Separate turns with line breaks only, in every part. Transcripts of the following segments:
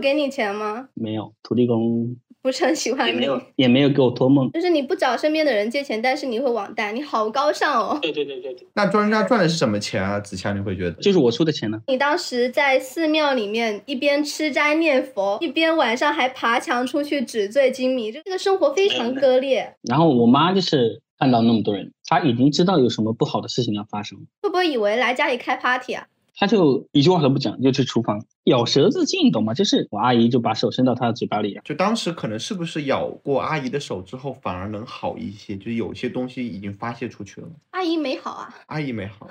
给你钱吗？
没有，土地公
不是很喜欢
也没
你，
有。
也没有给我托梦。
就是你不找身边的人借钱，但是你会网贷，你好高尚 哦！
对对对对对，
那庄家赚的是什么钱啊？子强，你会觉得？
就是我出的钱呢，
你当时在寺庙里面一边吃斋念佛，一边晚上还爬墙出去纸醉金迷，这个生活非常割裂。
然后我妈就是看到那么多人，她已经知道有什么不好的事情要发生，
会不会以为来家里开 party 啊？
她就一句话都不讲，就去厨房咬舌自尽，懂吗？就是我阿姨就把手伸到她的嘴巴里，啊
就当时可能是不是咬过阿姨的手之后，反而能好一些？就是有些东西已经发泄出去了，
阿姨没好啊，
阿姨没好。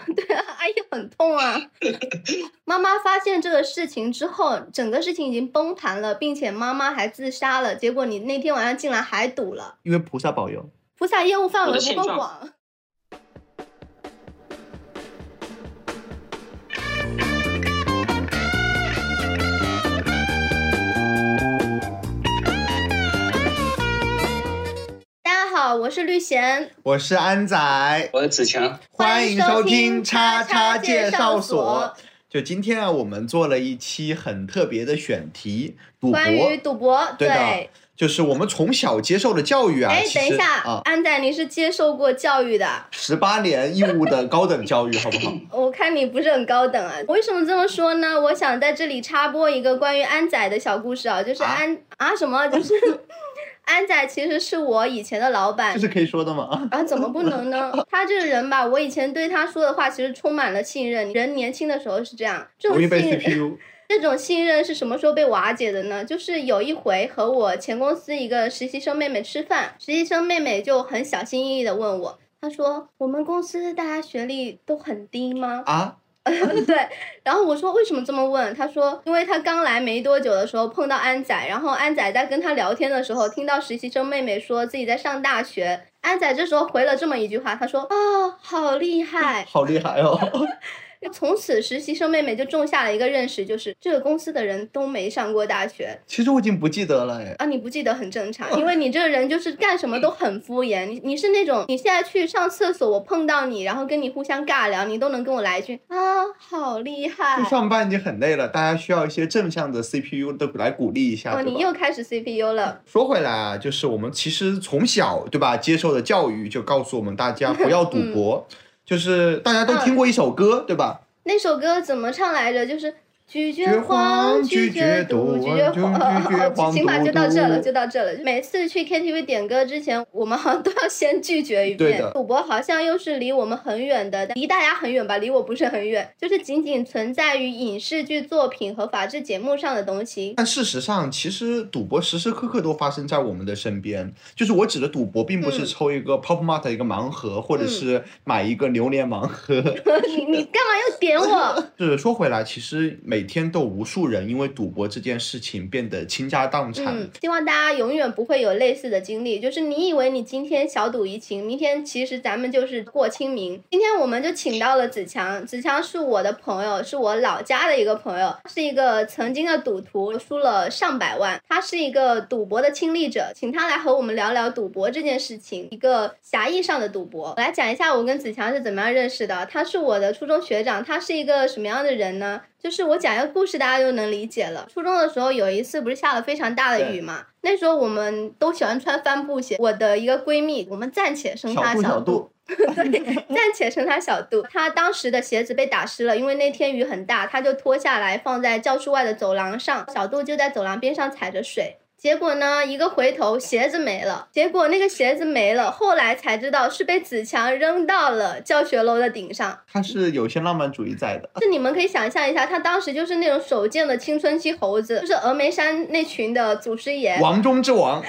阿姨很痛 啊。妈妈发现这个事情之后，整个事情已经崩盘了，并且妈妈还自杀了。结果你那天晚上竟然还赌了，
因为菩萨保佑，
菩萨业务范
我
围
的
不
现
够
状
广。大家好，我是绿贤，
我是安仔，
我是子强，
欢
欢
迎
迎
收
收
听
听
叉
叉
叉
叉
介
介
绍所
绍所。就今天啊，我们做了一期很特别的选题，赌博。
关于赌博，
对的
对，
就是我们从小接受的教育啊，
哎，
其
等
实
一下，
啊，
安仔，你是接受过教育的，
十八年义务的高等教育，好 不好？
我看你不是很高等啊。为什么这么说呢？我想在这里插播一个关于安仔的小故事啊，就是
啊
安啊什么， 就是安仔其实是我以前的老板
这。是可以说的吗？啊，
啊，怎么不能 呢？他这个人吧，我以前对他说的话其实充满了信任。人年轻的时候是这样，这种
容易
信
被
任
CPU。
这种信任是什么时候被瓦解的呢？就是有一回和我前公司一个实习生妹妹吃饭，实习生妹妹就很小心翼翼的问我，她说：“我们公司大家学历都很低吗？”
啊，
对，然后我说为什么这么问？他说，因为他刚来没多久的时候碰到安仔，然后安仔在跟他聊天的时候，听到实习生妹妹说自己在上大学，安仔这时候回了这么一句话，他说啊、好厉害！
好厉害哦！
从此实习生妹妹就种下了一个认识，就是这个公司的人都没上过大学
其实我已经不记得了，哎，
啊，你不记得很正
哦
常，因为你这个人就是干什么都很敷衍，你你是那种你现在去上厕所，我碰到你，然后跟你互相尬聊，你都能跟我来一句啊，好厉害！
就上班已经很累了，大家需要一些正向的 CPU 的来鼓励一下，
哦，
对
你
吧？
又开始 CPU 了，
说回来啊，就是我们其实从小对吧，接受的教育就告诉我们 大家不要赌博，
嗯
就是大家都听过一首歌，对吧？
那首歌怎么唱来着？就是拒绝
绝
黄，
黄
拒
拒绝
赌，
赌
拒绝
拒
黄。
拒绝
哦，
黄
起码就到这了，
赌
就到这了。每次去 KTV 点歌之前，我们好像都要先拒绝一
对
遍
的。
赌博好像又是离我们很远的，离大家很远吧？离我不是很远，就是仅仅存在于影视剧作品和法制节目上的东西。
但事实上，其实赌博时时刻刻都发生在我们的身边。就是我指的赌博，并不
嗯
是抽一个 Pop Mart 的一个盲盒，或者是买一个榴莲盲盒。
你你干嘛要点我？
就是说回来，其实每天都有无数人因为赌博这件事情变得倾家荡产。
嗯，希望大家永远不会有类似的经历。就是你以为你今天小赌怡情，明天其实咱们就是过清明。今天我们就请到了子强，子强是我的朋友，是我老家的一个朋友，是一个曾经的赌徒，输了上百万。他是一个赌博的亲历者，请他来和我们聊聊赌博这件事情，一个狭义上的赌博。我来讲一下我跟子强是怎么样认识的。他是我的初中学长，他是一个什么样的人呢？就是我讲一个故事，大家就能理解了。初中的时候有一次不是下了非常大的雨嘛，那时候我们都喜欢穿帆布鞋。我的一个闺蜜，我们暂且称
小
她
度小
度，
度，
暂且称她小度。她当时的鞋子被打湿了，因为那天雨很大，她就脱下来放在教室外的走廊上。小度就在走廊边上踩着水。结果呢，一个回头，鞋子没了。结果那个鞋子没了，后来才知道是被子强扔到了教学楼的顶上。
他是有些浪漫主义在的。
就你们可以想象一下，他当时就是那种手贱的青春期猴子，就是峨眉山那群的祖师爷。
王中之王，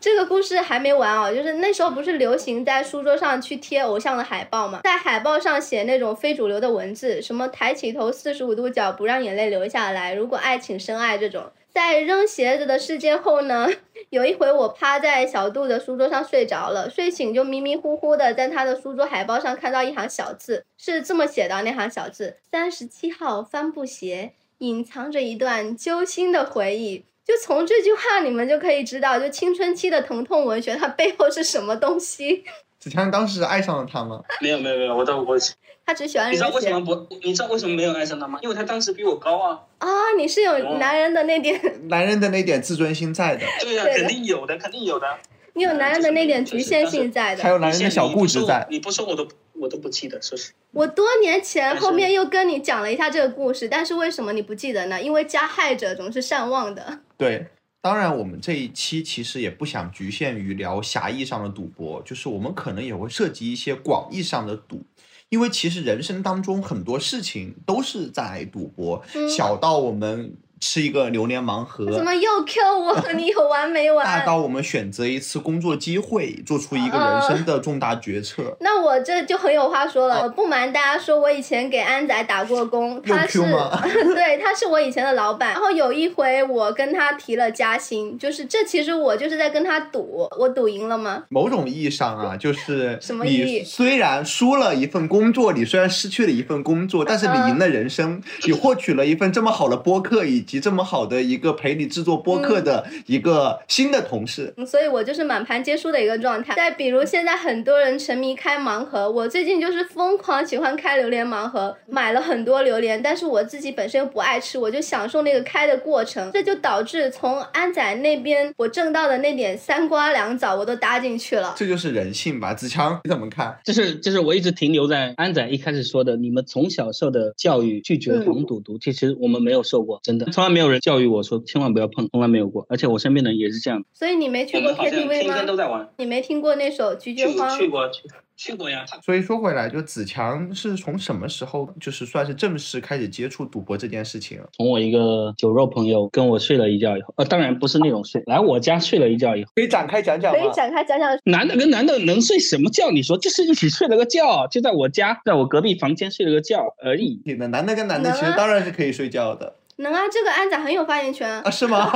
这个故事还没完哦，就是那时候不是流行在书桌上去贴偶像的海报嘛，在海报上写那种非主流的文字，什么抬起头四十五度角，不让眼泪流下来，如果爱请深爱这种。在扔鞋子的事件后呢， 有一回我趴在小杜的书桌上睡着了，睡醒就迷迷糊糊的在他的书桌海报上看到一行小字，是这么写的啊那行小字：三十七号帆布鞋，隐藏着一段揪心的回忆。就从这句话，你们就可以知道，就青春期的疼痛文学，它背后是什么东西。
子强当时爱上了他吗？
没有没有没有，我都我
他只喜欢
你
人
知道
家
为什
鞋
么不？你知道为什么没有爱上他吗？因为他当时比我高啊。
啊！你是
哦
有男人的那
嗯
点，
男人的那点自尊心在的，
对呀、
对的
肯定有的，肯定有的。
你有男人的那点局限性在
还
的。
有男人的小固执在。
你不说我都我都不记得，说是
我多年前
但是
后面又跟你讲了一下这个故事，但是为什么你不记得呢？因为加害者总是善忘的。
对，当然我们这一期其实也不想局限于聊狭义上的赌博，就是我们可能也会涉及一些广义上的赌。因为其实人生当中很多事情都是在赌博，
嗯
小到我们吃一个榴莲盲
怎
盒，
么又 Q 我？ 你有完没
大
完？
到我们选择一次工作机会，做出
嗯
一个人生的重大决策。
那我这就很有话说了。
哦
我不瞒大家说，我以前给安仔打过工，
又
他是
Q 吗？
对，他是我以前的老板。然后有一回我跟他提了加薪，就是这其实我就是在跟他赌，我赌赢了吗？
某种意义上啊，就是
什么意义
你虽然输了一份工作，你虽然失去了一份工作，但是
嗯
你赢了人生，你获取了一份这么好的播客，以及这么好的一个陪你制作播客的一个新的同事。
嗯所以我就是满盘皆输的一个状态。再比如现在很多人沉迷开盲盒，我最近就是疯狂喜欢开榴莲盲盒，买了很多榴莲，但是我自己本身又不爱吃，我就享受那个开的过程，这就导致从安仔那边我挣到的那点三瓜两枣我都搭进去了。
这就是人性吧，子强你怎么看？
就是就是我一直停留在安仔一开始说的，你们从小受的教育拒绝黄赌毒，其实我们没有受过，真的从来没有人教育我说千万不要碰，从来没有过，而且我身边的人也是这样的。
所以你没去
我
过
嗯
们好像天
KTV
天都
吗？
在玩。
你没听过那首《菊
去
菊
过
花》
去过去去过呀，
所以说回来，就子强是从什么时候，就是算是正式开始接触赌博这件事情？
从我一个酒肉朋友跟我睡了一觉以后，呃，当然不是那种睡，来我家睡了一觉以后，
可以展开讲讲
可以展开讲讲
男的跟男的能睡什么觉？你说就是一起睡了个觉，就在我家，在我隔壁房间睡了个觉而已。
你的男的跟男的
能啊
其实当然是可以睡觉的
能啊，这个安仔很有发言权啊
啊，。 是 吗？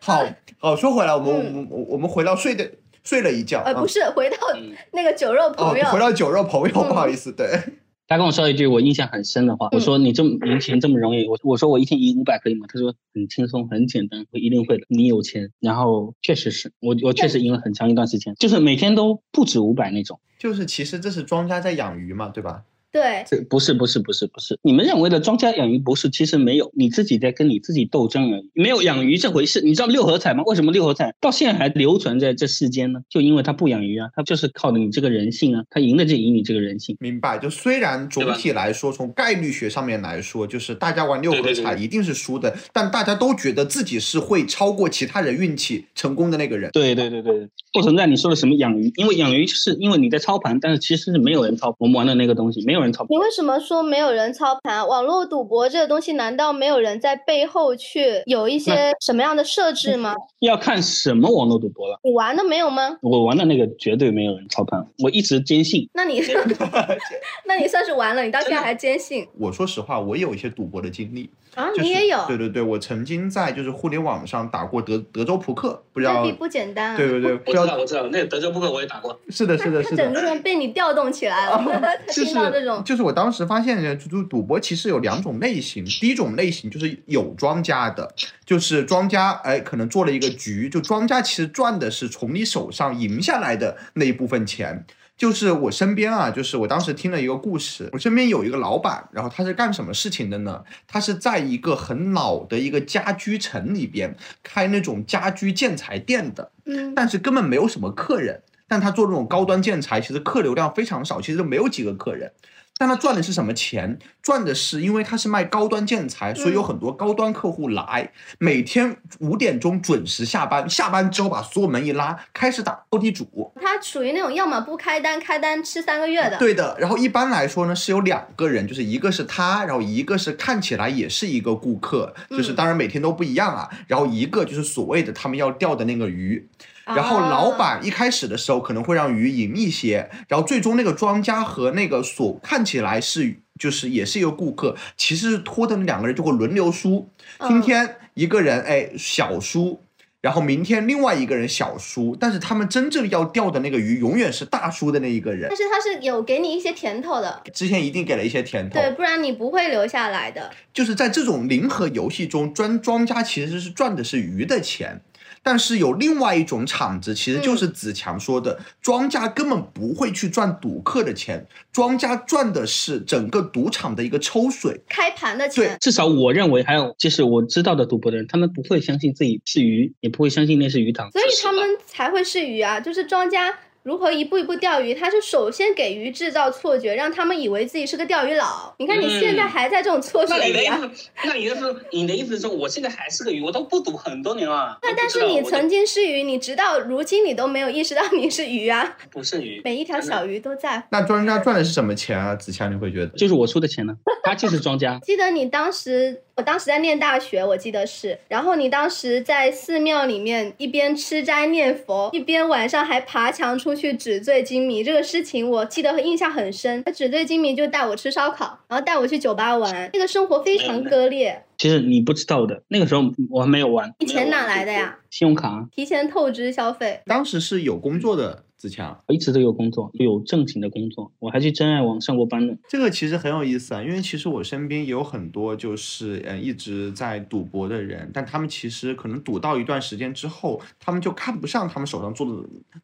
好好说回来，我们我们我们回到睡的睡了一觉，
嗯呃，
啊
不是，回到
嗯
那个酒肉
哦
朋友，，
回到酒肉朋友，
嗯
不好意思，对，
他跟我说一句我印象很深的话，我说你这么赢钱这么容易，我我说我一天赢五百可以吗？他说很轻松，很简单，我一定会的。你有钱，然后确实是我我确实赢了很长一段时间，就是每天都不止五百那种。
就是其实这是庄家在养鱼嘛，对吧？
对，
这不是不是不是不是，你们认为的庄家养鱼不是，其实没有，你自己在跟你自己斗争而已，没有养鱼这回事。你知道六合彩吗？为什么六合彩到现在还流传在这世间呢？就因为他不养鱼啊，他就是靠着你这个人性啊，他赢了就赢你这个人性。
明白，就虽然总体来说，从概率学上面来说，就是大家玩六合
对对
彩
对对
一定是输的，但大家都觉得自己是会超过其他人运气成功的那个人。
对对对对，不存在你说的什么养鱼，因为养鱼就是因为你在操盘，但是其实是没有人操，我们玩的那个东西没有人操盘。
你为什么说没有人操盘？网络赌博这个东西，难道没有人在背后去有一些什么样的设置吗？
要看什么网络赌博了，
你玩的没有吗？
我玩的那个绝对没有人操盘，我一直坚信。
那你 那你算是玩了，你到现在还坚信
我说实话，我也有一些赌博的经历，
啊？
就是
你也有，
对对对，我曾经在就是互联网上打过德德州扑克，不知
这
道
必，不简单啊！
对对对，不知
我知道
道，
我知道，那个德州扑克我也打过，
是的，是的，
他
是的
整。个人被你调动起来了，他
就
听
是
到这种，
就是我当时发现，就是赌博其实有两种类型。第一种类型就是有庄家的，就是庄家哎可能做了一个局，就庄家其实赚的是从你手上赢下来的那一部分钱。就是我身边啊，就是我当时听了一个故事，我身边有一个老板，然后他是干什么事情的呢？他是在一个很老的一个家居城里边开那种家居建材店的，
嗯，
但是根本没有什么客人。但他做这种高端建材，其实客流量非常少，其实没有几个客人。但他赚的是什么钱？赚的是因为他是卖高端建材，所以有很多高端客户来，每天五点钟准时下班，下班之后把所有门一拉，开始打斗地主。
他属于那种要么不开单，开单吃三个月的，
对的，然后一般来说呢是有两个人，就是一个是他，然后一个是看起来也是一个顾客，就是
嗯
当然每天都不一样啊。然后一个就是所谓的他们要钓的那个鱼，
啊，
然后老板一开始的时候可能会让鱼赢一些，然后最终那个庄家和那个所看起来是就是也是一个顾客，其实是拖的那两个人就会轮流输。今
嗯
天一个人哎小输，然后明天另外一个人小输，但是他们真正要钓的那个鱼永远是大输的那一个人
但。是他是有给你一些甜头的，
之前一定给哦了一些甜头
对，，不然你不会留下来的。
就是在这种零和游戏中，专庄家其实是赚的是鱼的钱，但是有另外一种场子，其实就是子强说的，庄家根本不会去赚赌客的钱，庄家赚的是整个赌场的一个抽水。
开盘的钱，
至少我认为，还有就是我知道的赌博的人，他们不会相信自己是鱼，也不会相信那是鱼塘。
所以
是
他
吧
们才会是鱼啊，就是庄家。如何一步一步钓鱼？他是首先给鱼制造错觉，让他们以为自己是个钓鱼佬。你看你现在
嗯
还在这种错
那
觉
你的
里
意
嗯
啊！
思，那你的意思，你的意思是我现在还是个鱼，我都不赌很多年了。
那
都不
但
知
是
道
你
我都
曾经是鱼，你直到如今你都没有意识到你是鱼啊！
不是鱼，
每一条小鱼都在乎。。
那庄家赚的是什么钱啊？子强，你会觉得？
就是我出的钱 呢，他就是庄家
记得你当时，我当时在念大学，我记得是，然后你当时在寺庙里面一边吃斋念佛，一边晚上还爬墙出去纸醉金迷，这个事情我记得印象很深。他纸醉金迷就带我吃烧烤，然后带我去酒吧玩，那个生活非
嗯
常割裂。
其实你不知道的，那个时候我还没有玩
你钱哪来的呀？
信用卡啊、
提前透支消费，
当时是有工作的子强，
我一直都有工作，有正经的工作，我还去真爱网上过班呢。
这个其实很有意思啊，因为其实我身边也有很多就是嗯一直在赌博的人，但他们其实可能赌到一段时间之后，他们就看不上他们手上做的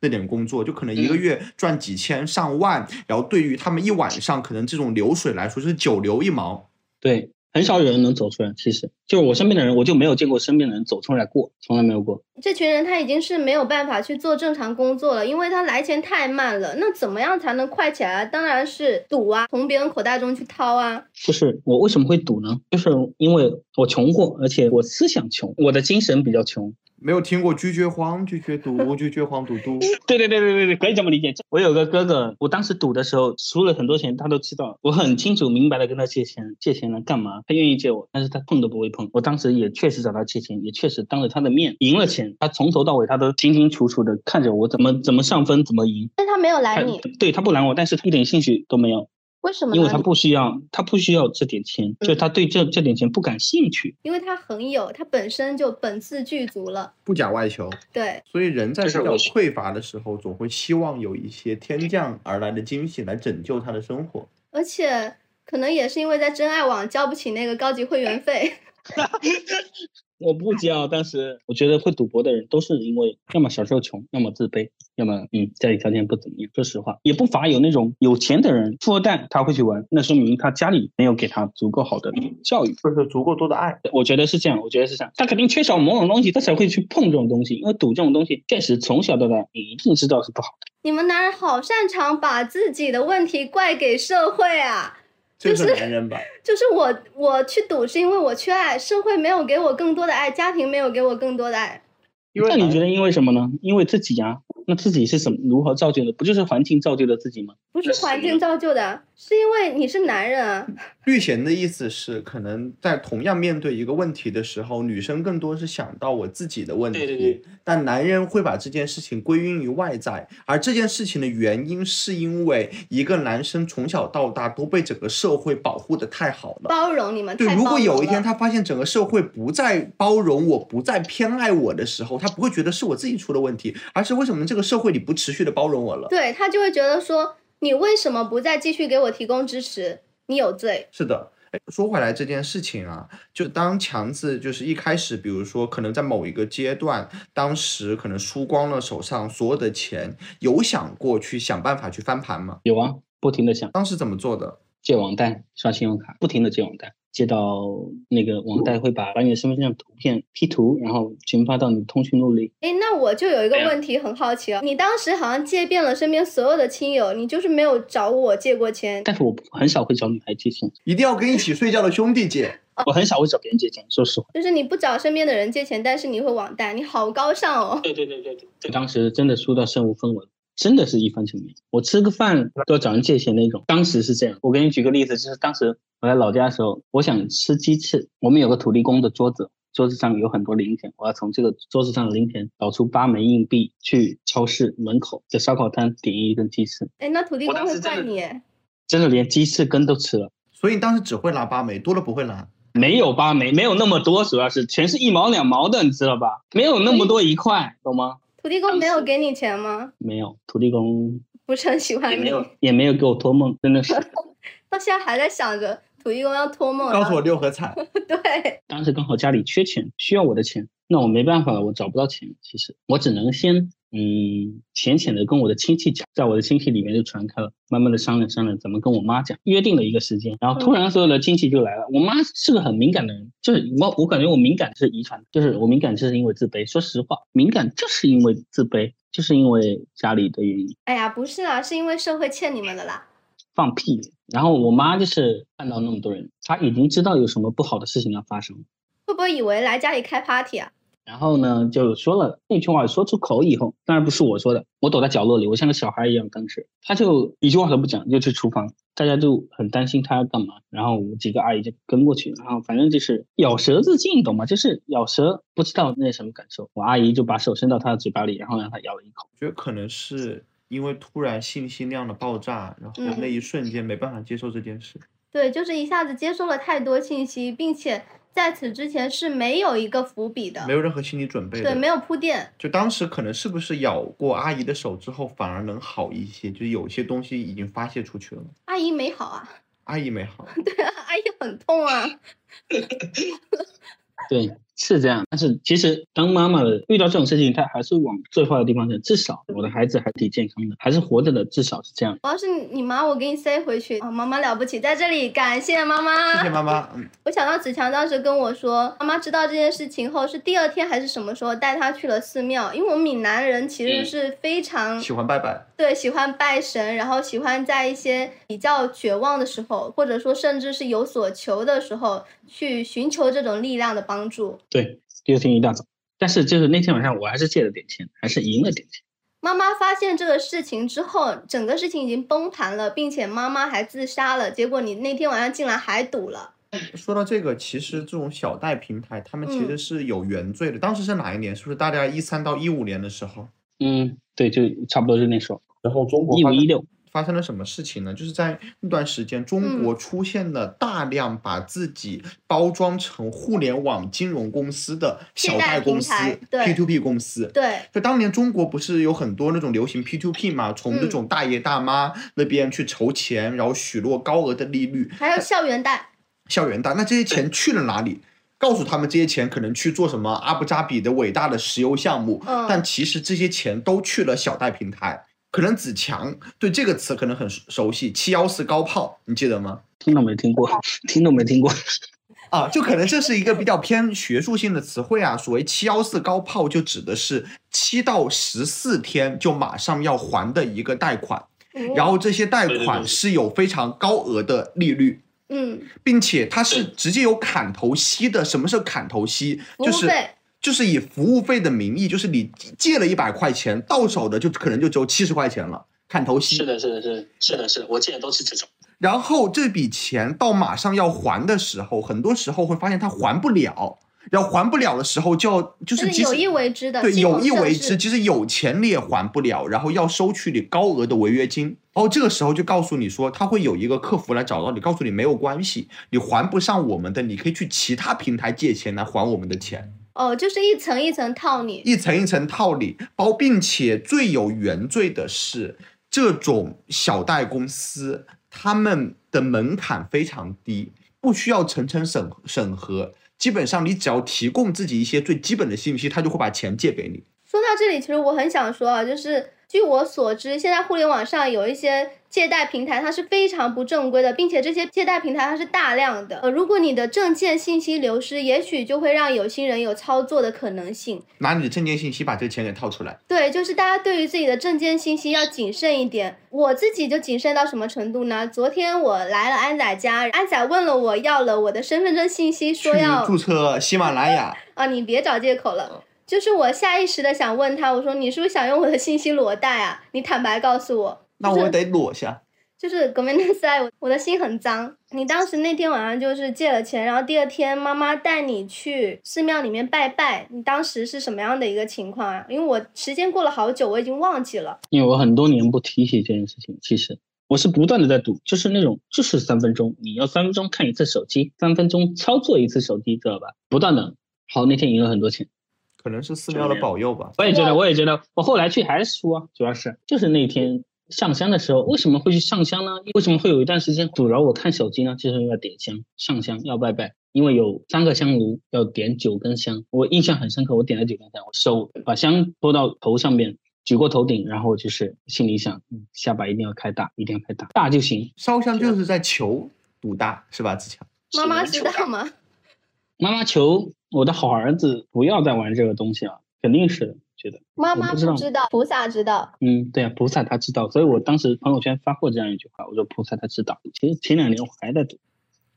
那点工作，就可能一个月赚几千上万，然后对于他们一晚上可能这种流水来说是九牛一毛。
对，很少有人能走出来。其实就是我身边的人，我就没有见过身边的人走出来过，从来没有过。
这群人他已经是没有办法去做正常工作了，因为他来钱太慢了。那怎么样才能快起来啊？当然是赌啊，从别人口袋中去掏啊。
就是我为什么会赌呢？就是因为我穷过，而且我思想穷，我的精神比较穷。
没有听过拒绝荒、拒绝毒、拒绝荒赌毒，
对对对对对对，可以这么理解。我有个哥哥，我当时赌的时候输了很多钱，他都知道，我很清楚明白的跟他借钱，借钱来干嘛？他愿意借我，但是他碰都不会碰。我当时也确实找他借钱，也确实当着他的面赢了钱，他从头到尾他都清清楚楚的看着我怎么怎么上分，怎么赢。
但他没有
他
拦你，
对他不拦我，但是他一点兴趣都没有，
为什么呢？嗯
因为他不需要，他不需要这点钱，就他对这这点钱不感兴趣。
因为他很有，他本身就本自具足了。
不假外求。
对，
所以人在比
这是
较
我
匮乏的时候，总会希望有一些天降而来的惊喜来拯救他的生活。
而且可能也是因为在真爱网交不起那个高级会员费，
我不交，当时我觉得会赌博的人都是因为要么小时候穷，要么自卑，要么嗯家里条件不怎么样。说实话，也不乏有那种有钱的人，富二代他会去玩，那说明他家里没有给他足够好的教育。
或者说足够多的爱。
我觉得是这样，我觉得是这样，他肯定缺少某种东西，他才会去碰这种东西。因为赌这种东西，确实从小到大你一定知道是不好的。
你们男人好擅长把自己的问题怪给社会啊！
这
就是
是男人吧？
就是我，我去赌是因为我缺爱，社会没有给我更多的爱，家庭没有给我更多的爱。
因为
那你觉得
得
因为什么呢？因为自己呀、那自己是怎么如何造就的？不就是环境造就的自己吗？
不是
那是
环
因为
境造就的，是因为你是男人啊！
绿贤的意思是，可能在同样面对一个问题的时候，女生更多是想到我自己的问题，
对对对
但男人会把这件事情归因于外在，而这件事情的原因是因为一个男生从小到大都被整个社会保护的太好了。
包容你们，
对，
太
如
包
果
容
有一天
了
他发现整个社会不再包容我，不再偏爱我的时候，他不会觉得是我自己出了问题，而是为什么这个社会里不持续的包容我了？
对他就会觉得说，你为什么不再继续给我提供支持？你有罪。
是的。哎，说回来这件事情啊，就当强子就是一开始，比如说可能在某一个阶段，当时可能输光了手上所有的钱，有想过去想办法去翻盘吗？
有啊，不停的想。
当时怎么做的？
借网贷、刷信用卡，不停的借网贷，借到那个网贷会把把你的身份证图片 P 图，然后群发到你的通讯录里。
哎，那我就有一个
对啊
问题很好奇啊，你当时好像借遍了身边所有的亲友，你就是没有找我借过钱。
但是我不很少会找女孩借钱，
一定要跟一起睡觉的兄弟姐，
我很少会找别人借钱。说实话，
就是你不找身边的人借钱，但是你会网贷，你好高尚哦！
对对对对对对。
当时真的输到身无分文，真的是一番情面。我吃个饭都要找人借钱那种。当时是这样，我给你举个例子，就是当时我在老家的时候，我想吃鸡翅，我们有个土地公的桌子。桌子上有很多零钱，我要从这个桌子上的零钱找出八枚硬币，去超市门口的烧烤摊点一根鸡翅，
哎，那土地
我
公
当
会
时真
怪
的
你诶，
真的连鸡翅根都吃了。
所以你当时只会拿八枚，多了不会拿。
没有吧，没没有那么多，主要是全是一毛两毛的，你知道吧？没有那么多一块，懂吗？
土地公没有给你钱吗？
没有，土地公
不是很喜欢
也
你
没，有
也没有给我托梦，真的是
到现在还在想着土地公要托梦，
告
然
诉
后
我六合彩，
对，
当时刚好家里缺钱，需要我的钱，那我没办法，我找不到钱。其实我只能先嗯浅浅的跟我的亲戚讲，在我的亲戚里面就传开了，慢慢的商量商量怎么跟我妈讲，约定了一个时间，然后突然所有的亲戚就来了。我妈是个很敏感的人，就是我我感觉我敏感是遗传的，就是我敏感就是因为自卑。说实话，敏感就是因为自卑，就是因为家里的原因。
哎呀，不是啦，是因为社会欠你们的啦。
放屁。然后我妈就是看到那么多人，她已经知道有什么不好的事情要发生，
会不会以为来家里开 party 啊？
然后呢就说了那句话，说出口以后，当然不是我说的，我躲在角落里，我像个小孩一样。当时她就一句话都不讲，就去厨房，大家就很担心她要干嘛。然后我几个阿姨就跟过去，然后反正就是咬舌自尽，懂吗？就是咬舌，不知道那什么感受。我阿姨就把手伸到她的嘴巴里，然后让她咬了一口。
我觉得可能是因为突然信息量的爆炸，然后
嗯
那一瞬间没办法接受这件事。
对，就是一下子接收了太多信息，并且在此之前是没有一个伏笔的，
没有任何心理准备
对，
的，
没有铺垫。
就当时可能是不是咬过阿姨的手之后，反而能好一些，就是有些东西已经发泄出去了，
阿姨没好啊，
阿姨没好。
阿姨很痛啊。
对，是这样。但是其实当妈妈的遇到这种事情，她还是往最坏的地方想。至少我的孩子还挺健康的，还是活着的，至少是这样。
我要是你妈，我给你塞回去。啊、妈妈了不起，在这里感谢妈妈。
谢谢妈妈，嗯，
我想到子强当时跟我说，妈妈知道这件事情后是第二天还是什么时候带他去了寺庙，因为我们闽南人其实
嗯
是非常、
喜欢拜拜，
对喜欢拜神，然后喜欢在一些比较绝望的时候，或者说甚至是有所求的时候，去寻求这种力量的帮助。
对，第二天一大早，但是就是那天晚上我还是借了点钱，还是赢了点钱。
妈妈发现这个事情之后，整个事情已经崩盘了，并且妈妈还自杀了。结果你那天晚上竟然还赌了，
说到这个，其实这种小贷平台，他们其
嗯
实是有原罪的。当时是哪一年？是不是大概一三到一五年的时候？
嗯，对，就差不多就那时候，
然后中国
一
发
五
生
一六。
发生了什么事情呢？就是在那段时间，中
嗯
国出现了大量把自己包装成互联网金融公司的小贷公司
借贷平台对
P to P 公司。
对，
就当年中国不是有很多那种流行 P to P 嘛，从那种大爷大妈那边去筹钱，然后许诺高额的利率，
还有校园贷。
校园贷，那这些钱去了哪里？告诉他们这些钱可能去做什么阿布扎比的伟大的石油项目，
嗯
但其实这些钱都去了小贷平台。可能子强对这个词可能很熟熟悉，七幺四高炮，你记得吗？
听都没听
哦
过，听都没听过。
啊，就可能这是一个比较偏学术性的词汇啊。所谓七幺四高炮，就指的是七到十四天就马上要还的一个贷款，然后这些贷
对对对
款
对
是有非常高额的利率。
嗯，
并且它是直接有砍头息的。什么是砍头息？
哦
服务
就是
费。
就是以服务费的名义，就是你借了一百块钱，到手的就可能就只有七十块钱了，砍头
是
息。
的，是的，是的，是的，是的，我记得都是这种。
然后这笔钱到马上要还的时候，很多时候会发现他还不了，然后还不了的时候就要就
就是是
即
有
使
意为之的，
对
系
有
统
意
设
为
置
之，即使有钱你也还不了，然后要收取你高额的违约金。然后这个时候就告诉你说，他会有一个客服来找到你，告诉你没有关系，你还不上我们的，你可以去其他平台借钱来还我们的钱，
哦，就是一层一层套你。
一层一层套你包，并且最有原罪的是，这种小贷公司他们的门槛非常低，不需要层层审审核，基本上你只要提供自己一些最基本的信息，他就会把钱借给你。
说到这里，其实我很想说啊，就是据我所知，现在互联网上有一些借贷平台，它是非常不正规的，并且这些借贷平台它是大量的。呃，如果你的证件信息流失，也许就会让有心人有操作的可能性。
拿你的证件信息把这个钱给套出来。
对，就是大家对于自己的证件信息要谨慎一点。我自己就谨慎到什么程度呢？昨天我来了安仔家，安仔问了我要了我的身份证信息，
去
说要
注册嗯喜马拉雅，
啊，你别找借口了。就是我下意识的想问他，我说你是不是想用我的信息裸贷啊？你坦白告诉我。
那我得裸下。
就是革命内赛，我我的心很脏。你当时那天晚上就是借了钱，然后第二天妈妈带你去寺庙里面拜拜，你当时是什么样的一个情况啊？因为我时间过了好久，我已经忘记了。
因为我很多年不提起这件事情，其实我是不断的在赌，就是那种就是三分钟，你要三分钟看一次手机，三分钟操作一次手机，知道吧？不断的。好，那天赢了很多钱，
可能是寺庙的保佑吧。
我也觉得，我也觉得，我后来去还是输啊，主要是就是那天上香的时候，为什么会去上香呢？为什么会有一段时间阻挠我看手机呢？就是因为要点香，上香要拜拜，因为有三个香炉要点九根香，我印象很深刻，我点了九根香，我手把香拨到头上面。举过头顶，然后就是心里想，嗯，下巴一定要开大，一定要开大，大就行。
烧香就是在求赌大，是吧？子强，
妈妈知道吗？
妈妈求我的好儿子不要再玩这个东西了、啊，肯定是的，觉得。
妈妈
不知道
知道，菩萨知道。
嗯，对啊，菩萨他知道，所以我当时朋友圈发过这样一句话，我说菩萨他知道。其实前两年我还在读，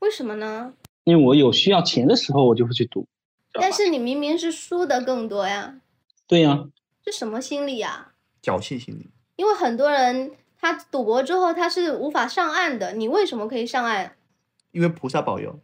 为什么呢？
因为我有需要钱的时候我就会去读。
但是你明明是输的更多呀。
对呀、啊，
这什么心理呀、啊？
侥幸心理。
因为很多人他赌博之后他是无法上岸的，你为什么可以上岸？
因为菩萨保佑。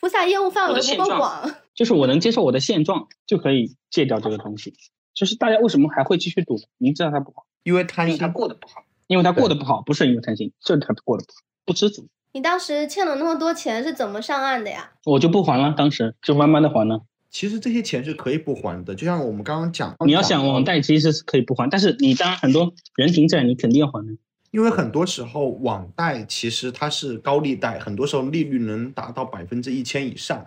菩萨业务范围不够广，
就是我能接受我的现状，就可以戒掉这个东西。就是大家为什么还会继续赌？明知道它不好，
因为贪
因为
心
他。过得不好。
因为他过得不好，不是因为贪心，就是他过得不好，不知足。
你当时欠了那么多钱是怎么上岸的呀？
我就不还了，当时就慢慢的还了。
其实这些钱是可以不还的，就像我们刚刚讲，
你要想网贷其实是可以不还，但是你当然很多人情债你肯定要还的。
因为很多时候网贷其实它是高利贷，很多时候利率能达到百分之一千以上。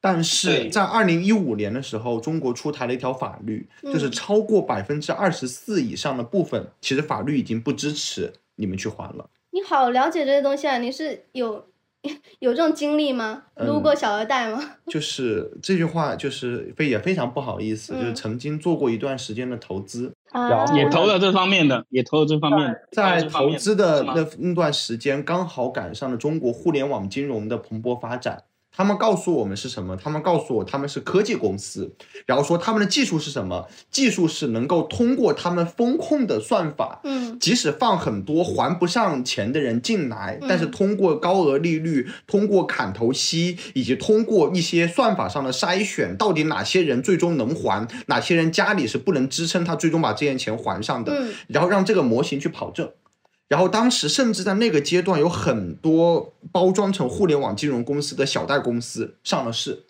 但是
对
在二零一五年的时候，中国出台了一条法律，就是
嗯
超过百分之二十四以上的部分，其实法律已经不支持你们去还了。
你好了解这些东西啊？你是有 有这种经历吗？
嗯
撸过小额贷吗？
就是这句话，就是非也非常不好意思，
嗯
就是曾经做过一段时间的投资，
啊，
也投了这方面的，也投了这方面的。
在
这方
投
面
资的
是吗
那那段时间，刚好赶上了中国互联网金融的蓬勃发展。他们告诉我们是什么？他们告诉我他们是科技公司，然后说他们的技术是什么？技术是能够通过他们风控的算法，
嗯，
即使放很多还不上钱的人进来，
嗯
但是通过高额利率、通过砍头息，以及通过一些算法上的筛选，到底哪些人最终能还，哪些人家里是不能支撑他最终把这些钱还上的，
嗯
然后让这个模型去跑证。然后当时甚至在那个阶段，有很多包装成互联网金融公司的小贷公司上了市。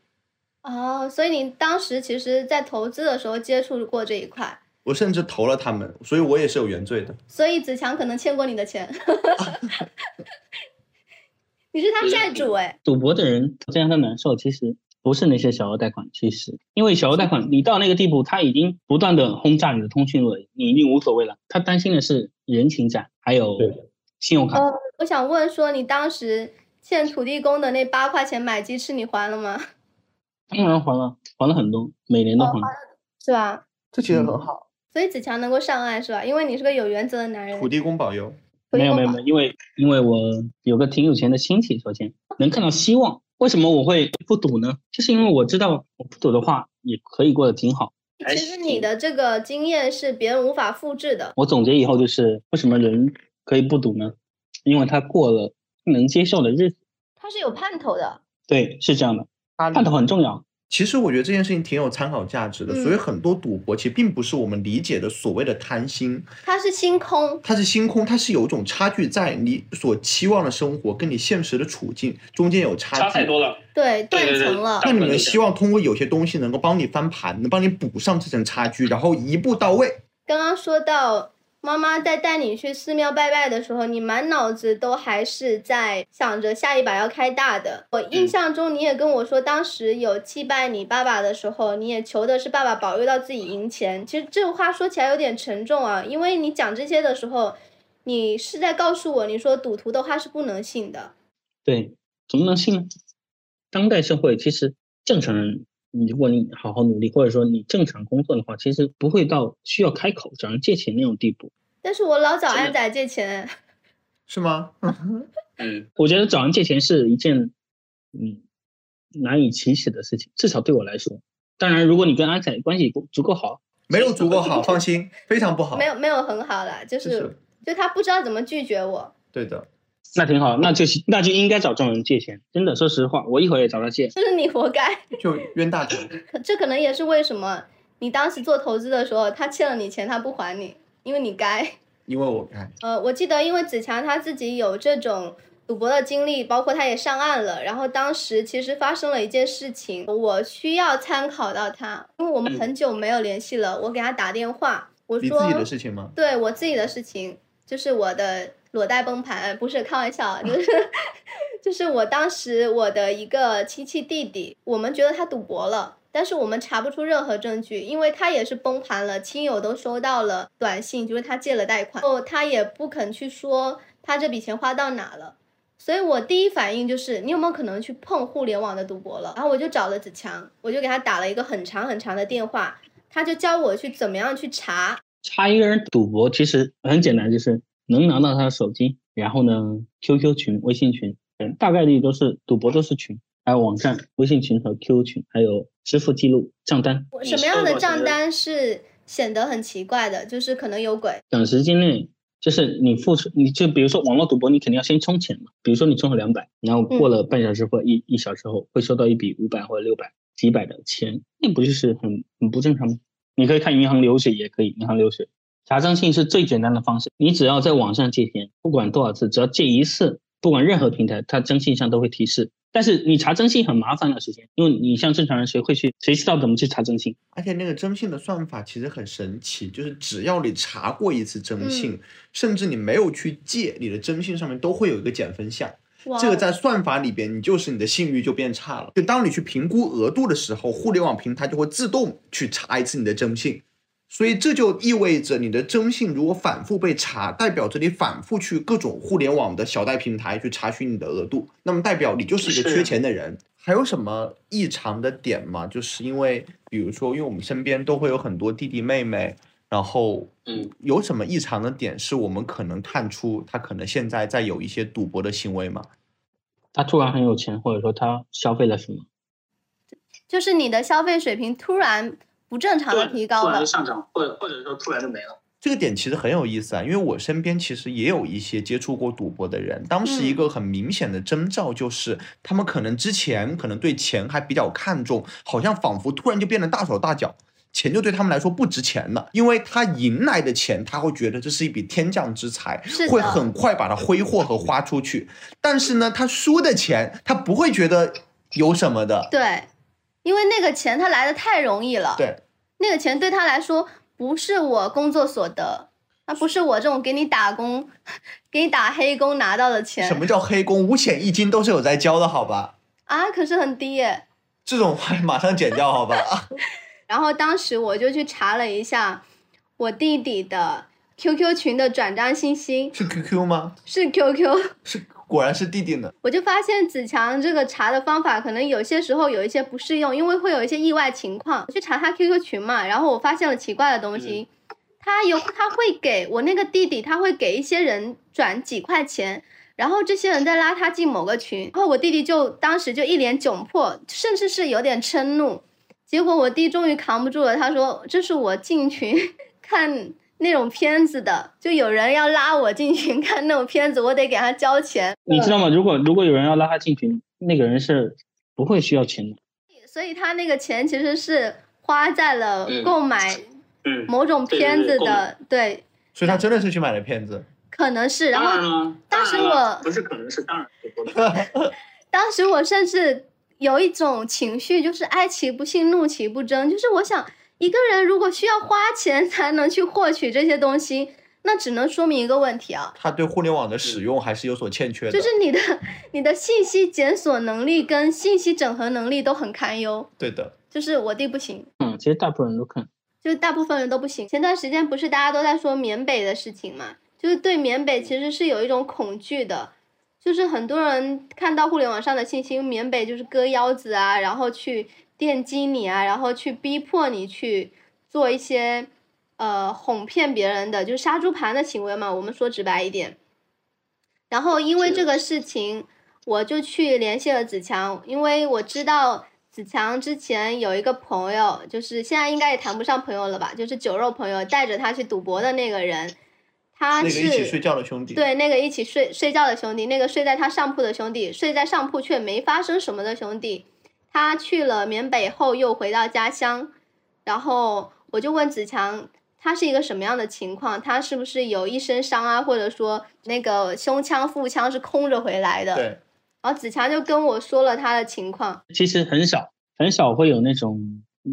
哦，所以你当时其实，在投资的时候接触过这一块，
我甚至投了他们，所以我也是有原罪的。
所以子强可能欠过你的钱， 你是他债主哎，
赌博的人最让他难受，其实不是那些小额贷款，其实因为小额贷款你到那个地步，他已经不断的轰炸你的通讯录了，你已经无所谓了。他担心的是人情债，还有
对
信用卡。
哦我想问说，你当时欠土地公的那八块钱买鸡翅，你还了吗？
当然还了，还了很多，每年都还。
是吧？
这其实很好，
所以子强能够上岸是吧？因为你是个有原则的男人。
嗯土地公保佑。
土地
没有
公
没有
保
没有，因为因为我有个挺有钱的亲戚，首先能看到希望。为什么我会不赌呢？就是因为我知道我不赌的话也可以过得挺好。
还
其实
是
你
挺
的这个经验是别人无法复制的。
我总结以后就是，为什么人可以不赌呢？因为他过了能接受的日子。
它是有盼头的。
对，是这样的，
看
看头很重要。
其实我觉得这件事情挺有参考价值的，
嗯
所以很多赌博其实并不是我们理解的所谓的贪心，
它是星空，
它是星空，它是有一种差距在你所期望的生活跟你现实的处境中间有差距，
差太多了。
对，断
对对对
层了。
那你们
对
希望通过有些东西能够帮你翻盘，能帮你补上这层差距，然后一步到位。
刚刚说到妈妈在带你去寺庙拜拜的时候，你满脑子都还是在想着下一把要开大的。我
嗯
印象中你也跟我说，当时有祭拜你爸爸的时候，你也求的是爸爸保佑到自己赢钱。其实这话说起来有点沉重啊，因为你讲这些的时候，你是在告诉我，你说赌徒的话是不能信的。
对，怎么能信呢？当代社会其实正常人，你如果你好好努力，或者说你正常工作的话，其实不会到需要开口找人借钱那种地步。
但是我老找
真的
安仔借钱，
是吗？
嗯，
我觉得找人借钱是一件，嗯，难以启齿的事情，至少对我来说。当然，如果你跟安仔关系够足够好，
没有足够好，放心，非常不好。
没有没有很好啦，就
就是是
就他不知道怎么拒绝我。
对的。
那挺好，那就行那就应该找这种人借钱。真的，说实话，我一会儿也找他借。
就是你活该。
就冤大头，
可这可能也是为什么你当时做投资的时候，他欠了你钱，他不还你，因为你该。
因为我哎看
呃，我记得因为子强他自己有这种赌博的经历，包括他也上岸了，然后当时其实发生了一件事情，我需要参考到他，因为我们很久没有联系了，我给他打电话，我
你
说
嗯自己的事情吗？
对我自己的事情，就是我的裸贷崩盘，呃不是开玩笑，就是 就是我当时我的一个亲戚弟弟，我们觉得他赌博了。但是我们查不出任何证据，因为他也是崩盘了，亲友都收到了短信，就是他借了贷款，然后他也不肯去说他这笔钱花到哪了。所以我第一反应就是，你有没有可能去碰互联网的赌博了？然后我就找了子强，我就给他打了一个很长很长的电话，他就教我去怎么样去查，
查一个人赌博其实很简单，就是能拿到他的手机，然后呢，QQ 群、微信群，嗯，大概率都是赌博都是群，还有网站、微信群和 QQ 群，还有支付记录、账单。
我
你
什么样
说
的
过
账
是
单是显得很奇怪的，就是可能有鬼。
短时间内，就是你付出，你就比如说网络赌博，你肯定要先充钱嘛。比如说你充了两百，然后过了半小时或一一小时后，会收到一笔五百或六百、几百的钱，那不就是很很不正常吗？你可以看银行流水，也可以银行流水。查征信是最简单的方式，你只要在网上借钱，不管多少次，只要借一次，不管任何平台，它征信上都会提示。但是你查征信很麻烦的事情，因为你像正常人谁会去，谁知道怎么去查征信？
而且那个征信的算法其实很神奇，就是只要你查过一次征信，甚至你没有去借，你的征信上面都会有一个减分项。
哇
这个
哦
在算法里边，你就是你的信誉就变差了。就当你去评估额度的时候，互联网平台就会自动去查一次你的征信，所以这就意味着你的征信如果反复被查，代表着你反复去各种互联网的小贷平台去查询你的额度，那么代表你就是一个
是
缺钱的人。还有什么异常的点吗？就是因为，比如说，因为我们身边都会有很多弟弟妹妹，然后
嗯，
有什么异常的点是我们可能看出他可能现在在有一些赌博的行为吗？
他突然很有钱，或者说他消费了什么？
就是你的消费水平突然不正常的
对，
提高
突
了
然就，上涨，或者或者说突然就没了。
这个点其实很有意思啊，因为我身边其实也有一些接触过赌博的人，当时一
嗯
个很明显的征兆就是，他们可能之前可能对钱还比较看重，好像仿佛突然就变得大手大脚，钱就对他们来说不值钱了，因为他赢来的钱，他会觉得这是一笔天降之财，
是
会
的
很快把它挥霍和花出去。但是呢，他输的钱，他不会觉得有什么的，
对，因为那个钱它来的太容易了，
对。
那个钱对他来说不是我工作所得，那不是我这种给你打工、 给你打黑工拿到的钱
什么叫黑工？五险一金都是有在交的，好吧？
啊，可是很低耶。
这种话马上剪掉，好吧？啊
然后当时我就去查了一下我弟弟的 QQ 群的转账信息，
是 QQ 吗？
是 QQ，
是果然是弟弟呢。
我就发现子强这个查的方法可能有些时候有一些不适用，因为会有一些意外情况。我去查他 QQ 群嘛，然后我发现了奇怪的东西，他有他会给我那个弟弟，他会给一些人转几块钱。然后这些人再拉他进某个群，然后我弟弟就当时就一脸窘迫，甚至是有点嗔怒。结果我弟终于扛不住了，他说：“这是我进群 看那种片子的，就有人要拉我进群 看那种片子，我得给他交钱。”
你知道吗？如果如果有人要拉他进群，那个人是不会需要钱的。
所以他那个钱其实是花在了
嗯
购买
嗯，
某种片子的，对，
所以他真的是去买了片子，
可能是。然
当然
后
了，
当
当
时
然了
我
不是可能是当然是不是
当时我甚至有一种情绪，就是哀其不幸，怒其不争，就是我想，一个人如果需要花钱才能去获取这些东西，那只能说明一个问题啊，
他对互联网的使用还是有所欠缺的。
就是你的你的信息检索能力跟信息整合能力都很堪忧，
对的，
就是我弟不行。
嗯，其实大部分人都看，
就是大部分人都不行。前段时间不是大家都在说缅北的事情嘛，就是对缅北其实是有一种恐惧的，就是很多人看到互联网上的信息，缅北就是割腰子啊，然后去电击你啊，然后去逼迫你去做一些呃哄骗别人的，就是杀猪盘的行为嘛。我们说直白一点。然后因为
是
这个事情，我就去联系了子强，因为我知道子强之前有一个朋友，就是现在应该也谈不上朋友了吧，就是酒肉朋友带着他去赌博的那个人，他
那个
是
一起睡觉的兄弟，，
对，那个一起睡睡觉的兄弟，那个睡在他上铺的兄弟，睡在上铺却没发生什么的兄弟，他去了缅北后又回到家乡，然后我就问子强，他是一个什么样的情况？他是不是有一身伤啊，或者说那个胸腔、腹腔是空着回来的？
对
然后子强就跟我说了他的情况，
其实很少很少会有那种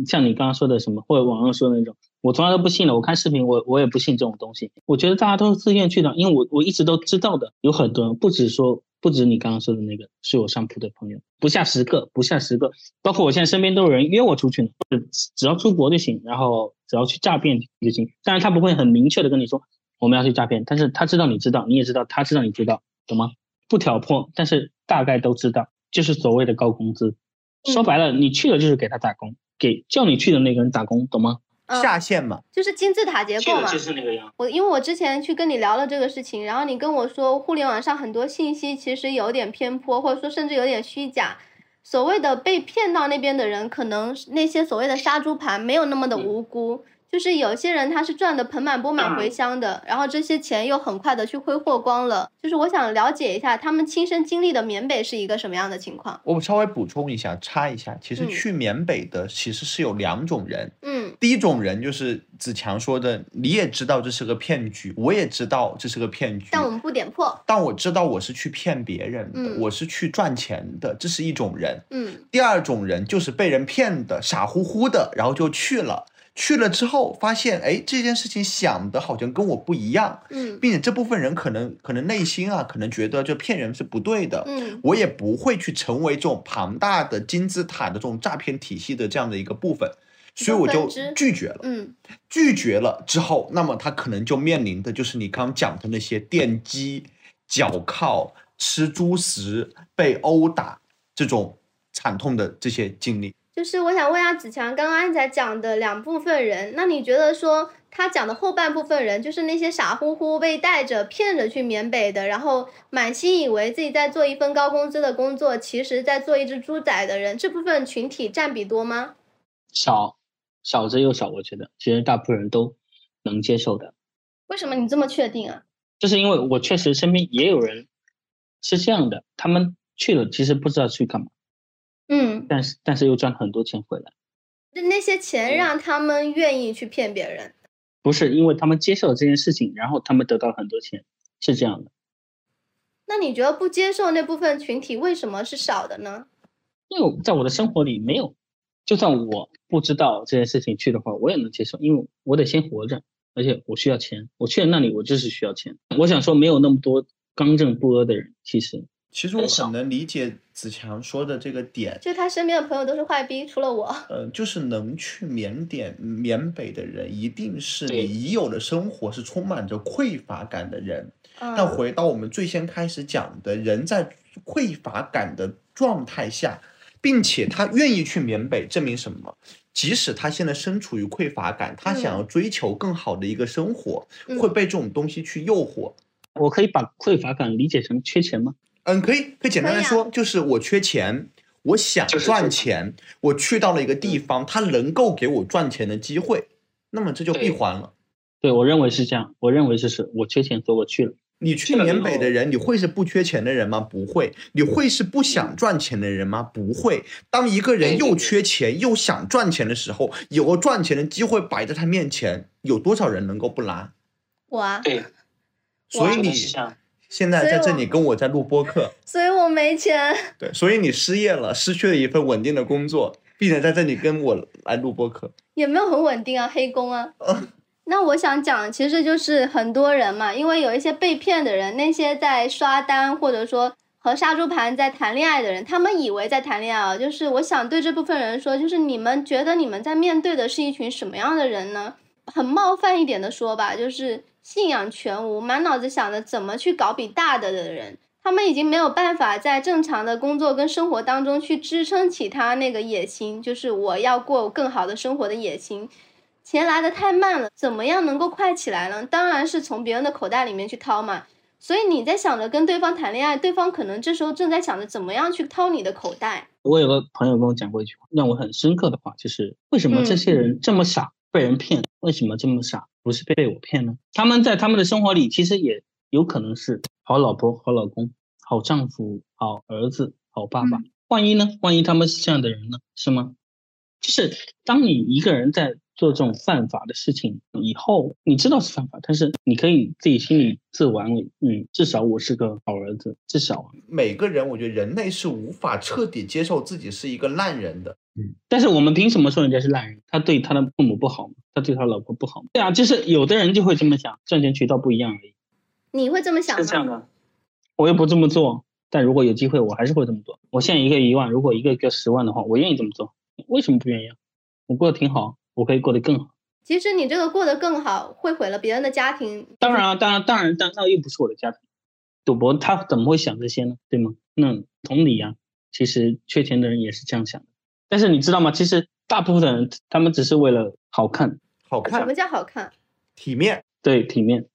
像你刚刚说的什么，或者网上说的那种我从来都不信的。我看视频，我我也不信这种东西。我觉得大家都是自愿去的，因为我我一直都知道的，有很多人，不止说，不止你刚刚说的那个是我上铺的朋友，不下十个，不下十个，包括我现在身边都有人约我出去呢，只只要出国就行，然后只要去诈骗就行。当然他不会很明确的跟你说我们要去诈骗，但是他知道你知道，你也知道他知道你知道，懂吗？不挑破，但是大概都知道，就是所谓的高工资。说白了，你去了就是给他打工，给叫你去的那个人打工，懂吗？
嗯
下线嘛，
就是金字塔结
去
构
了
嘛。
就是那个样。
我因为我之前去跟你聊了这个事情，然后你跟我说互联网上很多信息其实有点偏颇，或者说甚至有点虚假。所谓的被骗到那边的人，可能是那些所谓的杀猪盘没有那么的
嗯
无辜，就是有些人他是赚的盆满钵满回乡的，然后这些钱又很快的去挥霍光了。就是我想了解一下他们亲身经历的缅北是一个什么样的情况。
我稍微补充一下，插一下，其实
嗯
去缅北的其实是有两种人，
嗯
第一种人就是子强说的，你也知道这是个骗局，我也知道这是个骗局，
但我们不点破。
但我知道我是去骗别人的，
嗯
我是去赚钱的，这是一种人。
嗯
第二种人就是被人骗的，傻乎乎的，然后就去了。去了之后发现，哎，这件事情想的好像跟我不一样，
嗯
并且这部分人可能可能内心啊，可能觉得这骗人是不对的，
嗯
我也不会去成为这种庞大的金字塔的这种诈骗体系的这样的一个部分，所以我
一
就
个分支
拒绝了。
嗯
拒绝了之后，那么他可能就面临的就是你刚讲的那些电击、脚铐、吃猪食、被殴打这种惨痛的这些经历。
就是我想问一下子强，刚刚才讲的两部分人，那你觉得说他讲的后半部分人，就是那些傻乎乎被带着骗着去缅北的，然后满心以为自己在做一份高工资的工作，其实在做一只猪仔的人，这部分群体占比多吗？
少，少之又少，我觉得其实大部分人都能接受的。
为什么你这么确定啊？
就是因为我确实身边也有人是这样的，他们去了其实不知道去干嘛，
嗯，
但是但是又赚很多钱回来，
那那些钱
嗯
让他们愿意去骗别人。
不是因为他们接受了这件事情，然后他们得到了很多钱，是这样的。
那你觉得不接受那部分群体为什么是少的呢？
因为在我的生活里没有，就算我不知道这件事情去的话，我也能接受，因为我得先活着，而且我需要钱，我去了那里我就是需要钱。我想说，没有那么多刚正不阿的人，其实
其实我
很少
很能理解子强说的这个点，
就他身边的朋友都是坏逼，除了我。
呃，就是能去缅甸、缅北的人，一定是你
对
已有的生活是充满着匮乏感的人。但
嗯
回到我们最先开始讲的，人在匮乏感的状态下，并且他愿意去缅北，证明什么？即使他现在身处于匮乏感，他想要追求更好的一个生活，
嗯
会被这种东西去诱惑。
我可以把匮乏感理解成缺钱吗？
嗯，可以，可以简单
可
来
以啊
说，就是我缺钱。我想
就是
赚
这
钱，我去到了一个地
嗯
方，他能够给我赚钱的机会，那么这就闭
对
环了。
对我认为是这样，我认为就是我缺钱，所以我去了。
你去
去了以
缅北的
后
人，你会是不缺钱的人吗？不会。你会是不想赚钱的人吗？不会。当一个人
对对
又
对
缺钱又想赚钱的时候，有个赚钱的机会摆在他面前，有多少人能够不拿？
我啊，
对，
所以
真的
你
是这啊样。
现在
所以
在这
我
里跟我在录播客，
所以我没钱。
对，所以你失业了，失去了一份稳定的工作，并且在这里跟我来录播客。
也没有很稳定啊，黑工啊。 那我想讲，其实就是很多人嘛，因为有一些被骗的人，那些在刷单或者说和杀猪盘在谈恋爱的人，他们以为在谈恋爱啊。就是我想对这部分人说，就是你们觉得你们在面对的是一群什么样的人呢？很冒犯一点的说吧，就是信仰全无，满脑子想着怎么去搞笔大的的人，他们已经没有办法在正常的工作跟生活当中去支撑起他那个野心，就是我要过更好的生活的野心。钱来的太慢了，怎么样能够快起来呢？当然是从别人的口袋里面去掏嘛。所以你在想着跟对方谈恋爱，对方可能这时候正在想着怎么样去掏你的口袋。
我有个朋友跟我讲过一句话，让我很深刻的话，就是为什么这些人这么傻，被人骗？为什么这么傻？不是被我骗呢？他们在他们的生活里，其实也有可能是好老婆、好老公、好丈夫、好儿子、好爸爸。万一呢？万一他们是这样的人呢？是吗？就是当你一个人在做这种犯法的事情以后，你知道是犯法，但是你可以自己心里自我安慰，嗯，至少我是个好儿子，至少。
每个人，我觉得人类是无法彻底接受自己是一个烂人的。
但是我们凭什么说人家是烂人？他对他的父母不好吗？他对他老婆不好吗？对啊，就是有的人就会这么想，赚钱渠道不一样而已。
你会这么想
是这样
吗？
的。
我又不这么做，但如果有机会，我还是会这么做。我现在一个一万，如果一个一个十万的话，我愿意这么做。为什么不愿意啊？我过得挺好，我可以过得更好。
其实你这个过得更好，会毁了别人的家庭。
当然啊，当然，当然，但那又不是我的家庭。赌博他怎么会想这些呢？对吗？那同理啊，其实缺钱的人也是这样想的。但是你知道吗？其实大部分人他们只是为了好看，
好
什
啊
么
看、
叫好看？
体面，
对体面。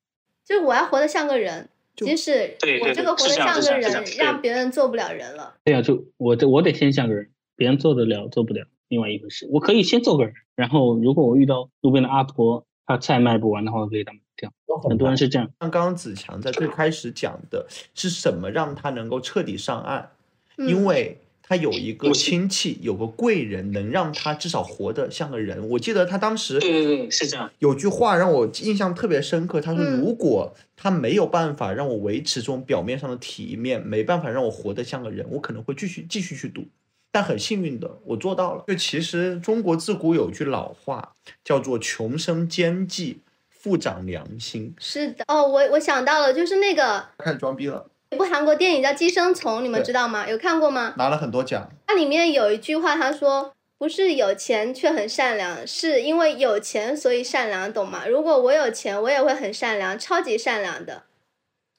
就是我要活得像个人，
就
即使
对
我
对
这
对
个活得
是这样
像
是
个
这样是
人
这样，对
让别人做不了人了。
对啊，就我这我得先像个人，别人做得了做不了，另外一回事。我可以先做个人，然后如果我遇到路边的阿婆，她菜卖不完的话，我可以给她买掉。很多人是这样，
像刚刚子强在最开始讲的是什么让他能够彻底上岸，
嗯、
因为他有一个
我
亲戚，有个贵人，能让他至少活得像个人。我记得他当时
对对对，是这样。
有句话让我印象特别深刻，他说：“
嗯
如果他没有办法让我维持这种表面上的体面，没办法让我活得像个人，我可能会继续继续去赌。”但很幸运的，我做到了。就其实中国自古有句老话，叫做“穷生奸计，富长良心
是的。哦，我我想到了，就是那个”。
开始装逼了，
有部韩国电影叫《寄生虫》，你们
对
知道吗？有看过吗？
拿了很多奖。
它里面有一句话，他说：“不是有钱却很善良，是因为有钱所以善良，懂吗？如果我有钱，我也会很善良，超级善良的。”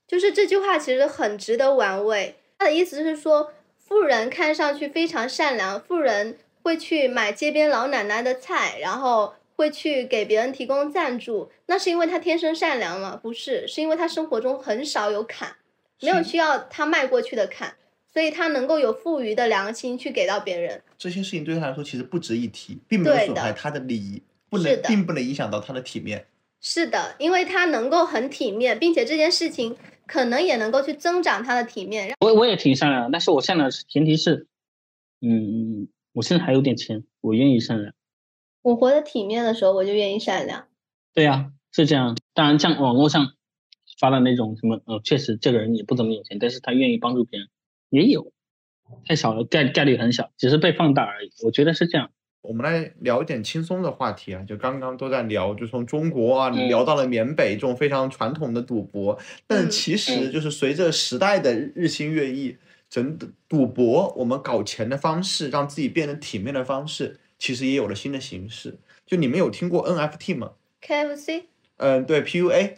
就是这句话其实很值得玩味。他的意思是说，富人看上去非常善良，富人会去买街边老奶奶的菜，然后会去给别人提供赞助，那是因为他天生善良吗？不是，是因为他生活中很少有坎，没有
是
需要他迈过去的坎。所以他能够有富余的良心去给到别人。
这些事情对他来说其实不值一提，并没有
对
损
的
害他的利益，不
是
能
的
并不能影响到他的体面。
是的，因为他能够很体面，并且这件事情可能也能够去增长他的体面。
我我也挺善良的，但是我善良的前提是，嗯，我现在还有点钱，我愿意善良。
我活得体面的时候，我就愿意善良。
对呀、是这样。当然，像网络上发的那种什么，呃，确实这个人也不怎么有钱，但是他愿意帮助别人，也有，太少了，概概率很小，只是被放大而已。我觉得是这样。
我们来聊一点轻松的话题啊，就刚刚都在聊，就从中国啊
嗯
聊到了缅北这种非常传统的赌博，但
嗯
其实就是随着时代的日新月异，整赌博我们搞钱的方式，让自己变得体面的方式，其实也有了新的形式。就你们有听过 NFT 吗？
KFC，
嗯，对，PUA，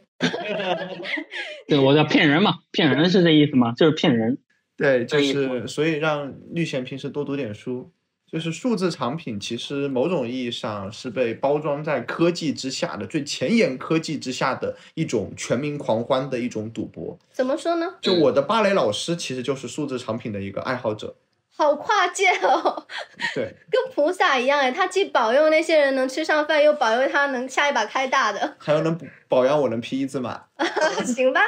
对，我叫骗人嘛，骗人是这意思吗？就是骗人。
对，就
所以
是所以让绿贤平时多读点书。就是数字产品，其实某种意义上是被包装在科技之下的最前沿科技之下的一种全民狂欢的一种赌博。
怎么说呢？
就
嗯
我的芭蕾老师，其实就是数字产品的一个爱好者。
好跨界哦，
对，
跟菩萨一样哎，他既保佑那些人能吃上饭，又保佑他能下一把开大的。
还有能保保养我能披一字马，
行吧，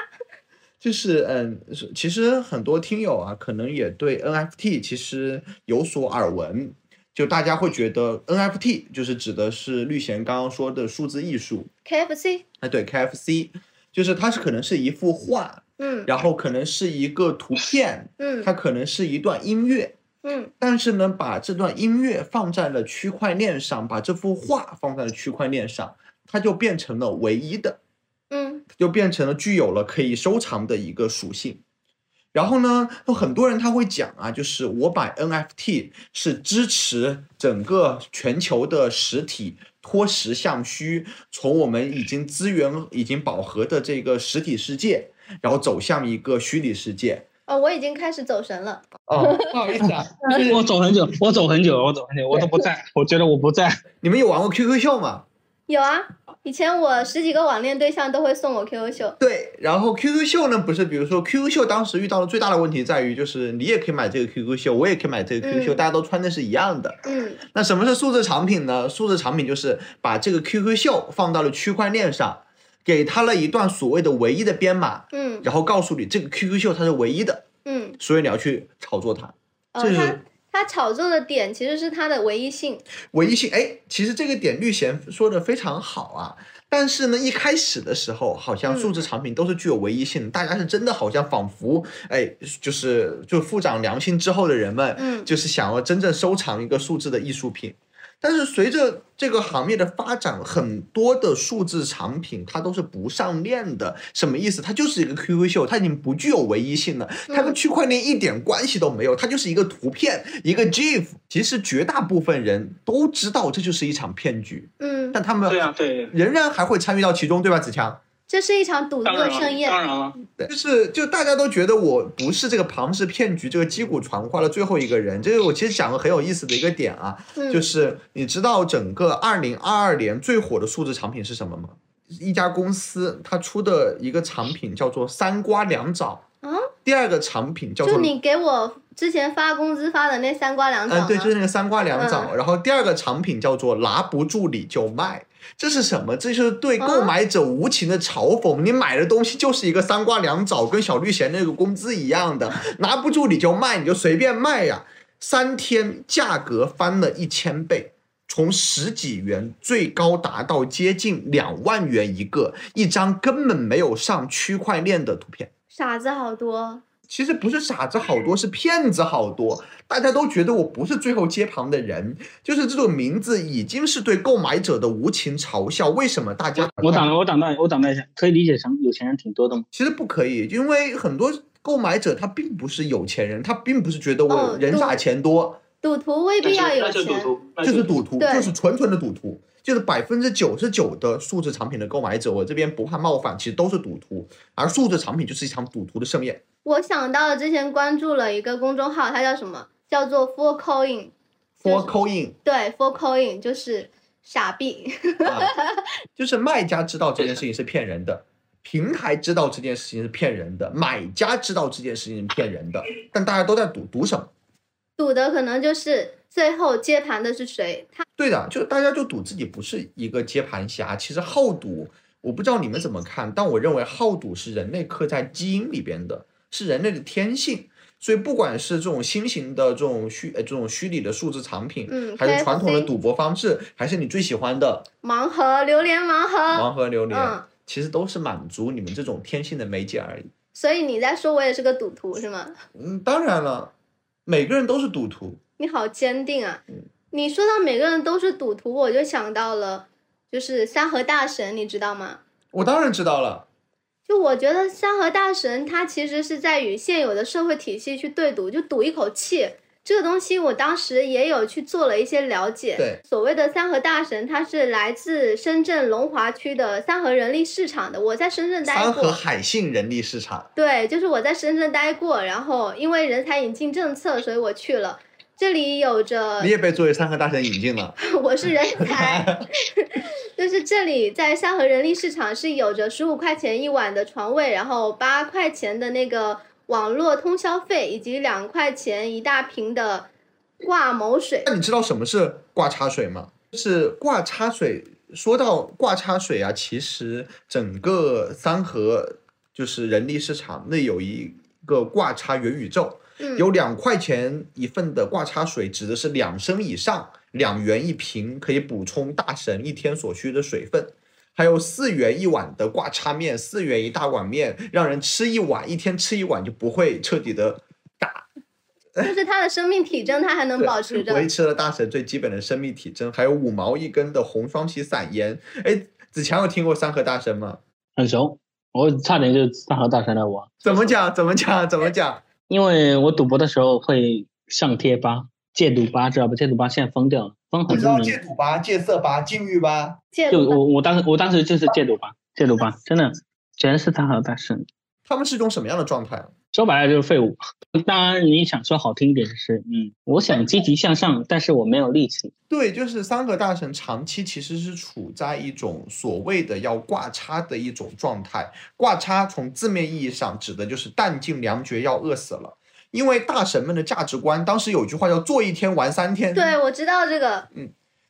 就是嗯，是其实很多听友啊，可能也对 NFT 其实有所耳闻，就大家会觉得 NFT 就是指的是绿贤刚刚说的数字艺术，
，KFC，
哎，对，KFC，就是它是可能是一幅画，
嗯
然后可能是一个图片，
嗯
它可能是一段音乐，
嗯，
但是呢，把这段音乐放在了区块链上，把这幅画放在了区块链上，它就变成了唯一的，
嗯，
就变成了具有了可以收藏的一个属性。然后呢，有很多人他会讲啊，就是我买 NFT 是支持整个全球的实体脱实向虚，从我们已经资源已经饱和的这个实体世界，然后走向一个虚拟世界。
哦，我已经开始走神了。
哦， 不好意思啊，
我走很久，我走很久，我走很久，我都不在，我觉得我不在。
你们有玩过 QQ 秀吗？
有啊，以前我十几个网恋对象都会送我 QQ 秀，
对，然后 QQ 秀呢，不是，比如说 QQ 秀当时遇到的最大的问题在于，就是你也可以买这个 QQ 秀，我也可以买这个 QQ 秀，
嗯
大家都穿的是一样的。
嗯
那什么是数字产品呢？数字产品就是把这个 QQ 秀放到了区块链上，给它了一段所谓的唯一的编码，
嗯
然后告诉你这个 QQ 秀它是唯一的，
嗯，
所以你要去炒作它。
哦，
这是
他它炒作的点其实是它的唯一性，
唯一性，哎，其实这个点绿贤说的非常好啊。但是呢，一开始的时候，好像数字产品都是具有唯一性的，大家是真的好像仿佛，哎，就是就富长良心之后的人们，
嗯
就是想要真正收藏一个数字的艺术品。但是随着这个行业的发展，很多的数字产品它都是不上链的，什么意思？它就是一个 QQ 秀，它已经不具有唯一性了，
嗯
它跟区块链一点关系都没有，它就是一个图片，一个 GIF。其实绝大部分人都知道这就是一场骗局，
嗯，
但他们
对啊，对，
仍然还会参与到其中，对吧？子强，
这是一场赌
当
博
然
盛
了，
宴，
当然了，
对，就是就大家都觉得我不是这个庞氏骗局这个击鼓传花的最后一个人，这个我其实讲个很有意思的一个点啊，
嗯，
就是你知道整个二零二二年最火的数字产品是什么吗？一家公司它出的一个产品叫做三瓜两枣，
啊，
第二个产品叫
就
做
你给我之前发工资发的那三瓜两枣
嗯，
吗？
对，就是那个三瓜两枣。
嗯
然后第二个产品叫做拿不住你就卖，这是什么？这就是
啊
对购买者无情的嘲讽。你买的东西就是一个三瓜两枣，跟小绿贤那个工资一样的，拿不住你就卖，你就随便卖呀、三天价格翻了一千倍。从十几元最高达到接近两万元一个，一张根本没有上区块链的图片。
傻子好多，
其实不是傻子好多，是骗子好多。大家都觉得我不是最后接盘的人，就是这种名字已经是对购买者的无情嘲笑。为什么大家
我挡了，我挡断，我挡断一下，可以理解成有钱人挺多的嘛。
其实不可以，因为很多购买者他并不是有钱人，他并不是觉得
哦
我人傻钱多，
赌徒未
那
必
就
要有
那就赌
钱，
徒，那
就是
就
赌徒，
对
就是纯纯的赌徒。就是百分之九十九的数字产品的购买者，我这边不怕冒犯，其实都是赌徒，而数字产品就是一场赌徒的盛宴。
我想到了之前关注了一个公众号，它叫什么？叫做 Four Coin，就是
For coin，
对，Four Coin 就是傻逼，
啊， 就是卖家知道这件事情是骗人的，平台知道这件事情是骗人的，买家知道这件事情是骗人的，但大家都在赌赌什么？
赌的可能就是最后接盘的是谁，他
对的，就大家就赌自己不是一个接盘侠。其实好赌，我不知道你们怎么看，但我认为好赌是人类刻在基因里边的，是人类的天性。所以，不管是这种新型的这种虚呃这种虚拟的数字产品，
嗯
还是传统的
KFC
赌博方式，还是你最喜欢的
盲盒、榴莲盲盒。
盲盒榴莲，
嗯
其实都是满足你们这种天性的媒介而已。
所以你在说我也是个赌徒是吗？
嗯，当然了，每个人都是赌徒。
你好坚定啊！
嗯
你说到每个人都是赌徒，我就想到了，就是山河大神，你知道吗？
我当然知道了，
就我觉得山河大神他其实是在与现有的社会体系去对赌，就赌一口气。这个东西我当时也有去做了一些了解。
对，
所谓的山河大神，他是来自深圳龙华区的三河人力市场的。我在深圳待
三河
过，
海信人力市场，
对，就是我在深圳待过，然后因为人才引进政策，所以我去了。这里有着
你也被作为三河大神引进了。
我是人才， 就是这里在三河人力市场是有着十五块钱一晚的床位，然后八块钱的那个网络通宵费，以及两块钱一大瓶的挂某水。
那你知道什么是挂插水吗？就是挂插水。说到挂插水啊，其实整个三河就是人力市场那有一个挂插元宇宙，
嗯，
有两块钱一份的挂插水，指的是两升以上，两元一瓶，可以补充大神一天所需的水分。还有四元一碗的挂插面，四元一大碗面，让人吃一碗，一天吃一碗就不会彻底的
就是他的生命体征，他还能保持着
维。持了大神最基本的生命体征。还有五毛一根的红双喜散盐。哎，子强有听过三和大神吗？
很熟，我差点就大河大神来玩，
怎么讲？怎么讲？怎么 讲？
因为我赌博的时候会上贴吧，戒赌吧知道吧？戒赌吧现在封掉了，封很多年。
赌吧、戒色吧、禁欲吧？
戒
就
毒吧
我我当时我当时就是戒赌吧，戒赌吧真的全是大河大神，
他们是一种什么样的状态啊？
说白了就是废物。当然你想说好听一点就是，嗯，我想积极向上，但是我没有力气。
对，就是三个大神长期其实是处在一种所谓的要挂叉的一种状态。挂叉从字面意义上指的就是弹尽粮绝，要饿死了。因为大神们的价值观，当时有句话叫“做一天玩三天”，
对，我知道这个，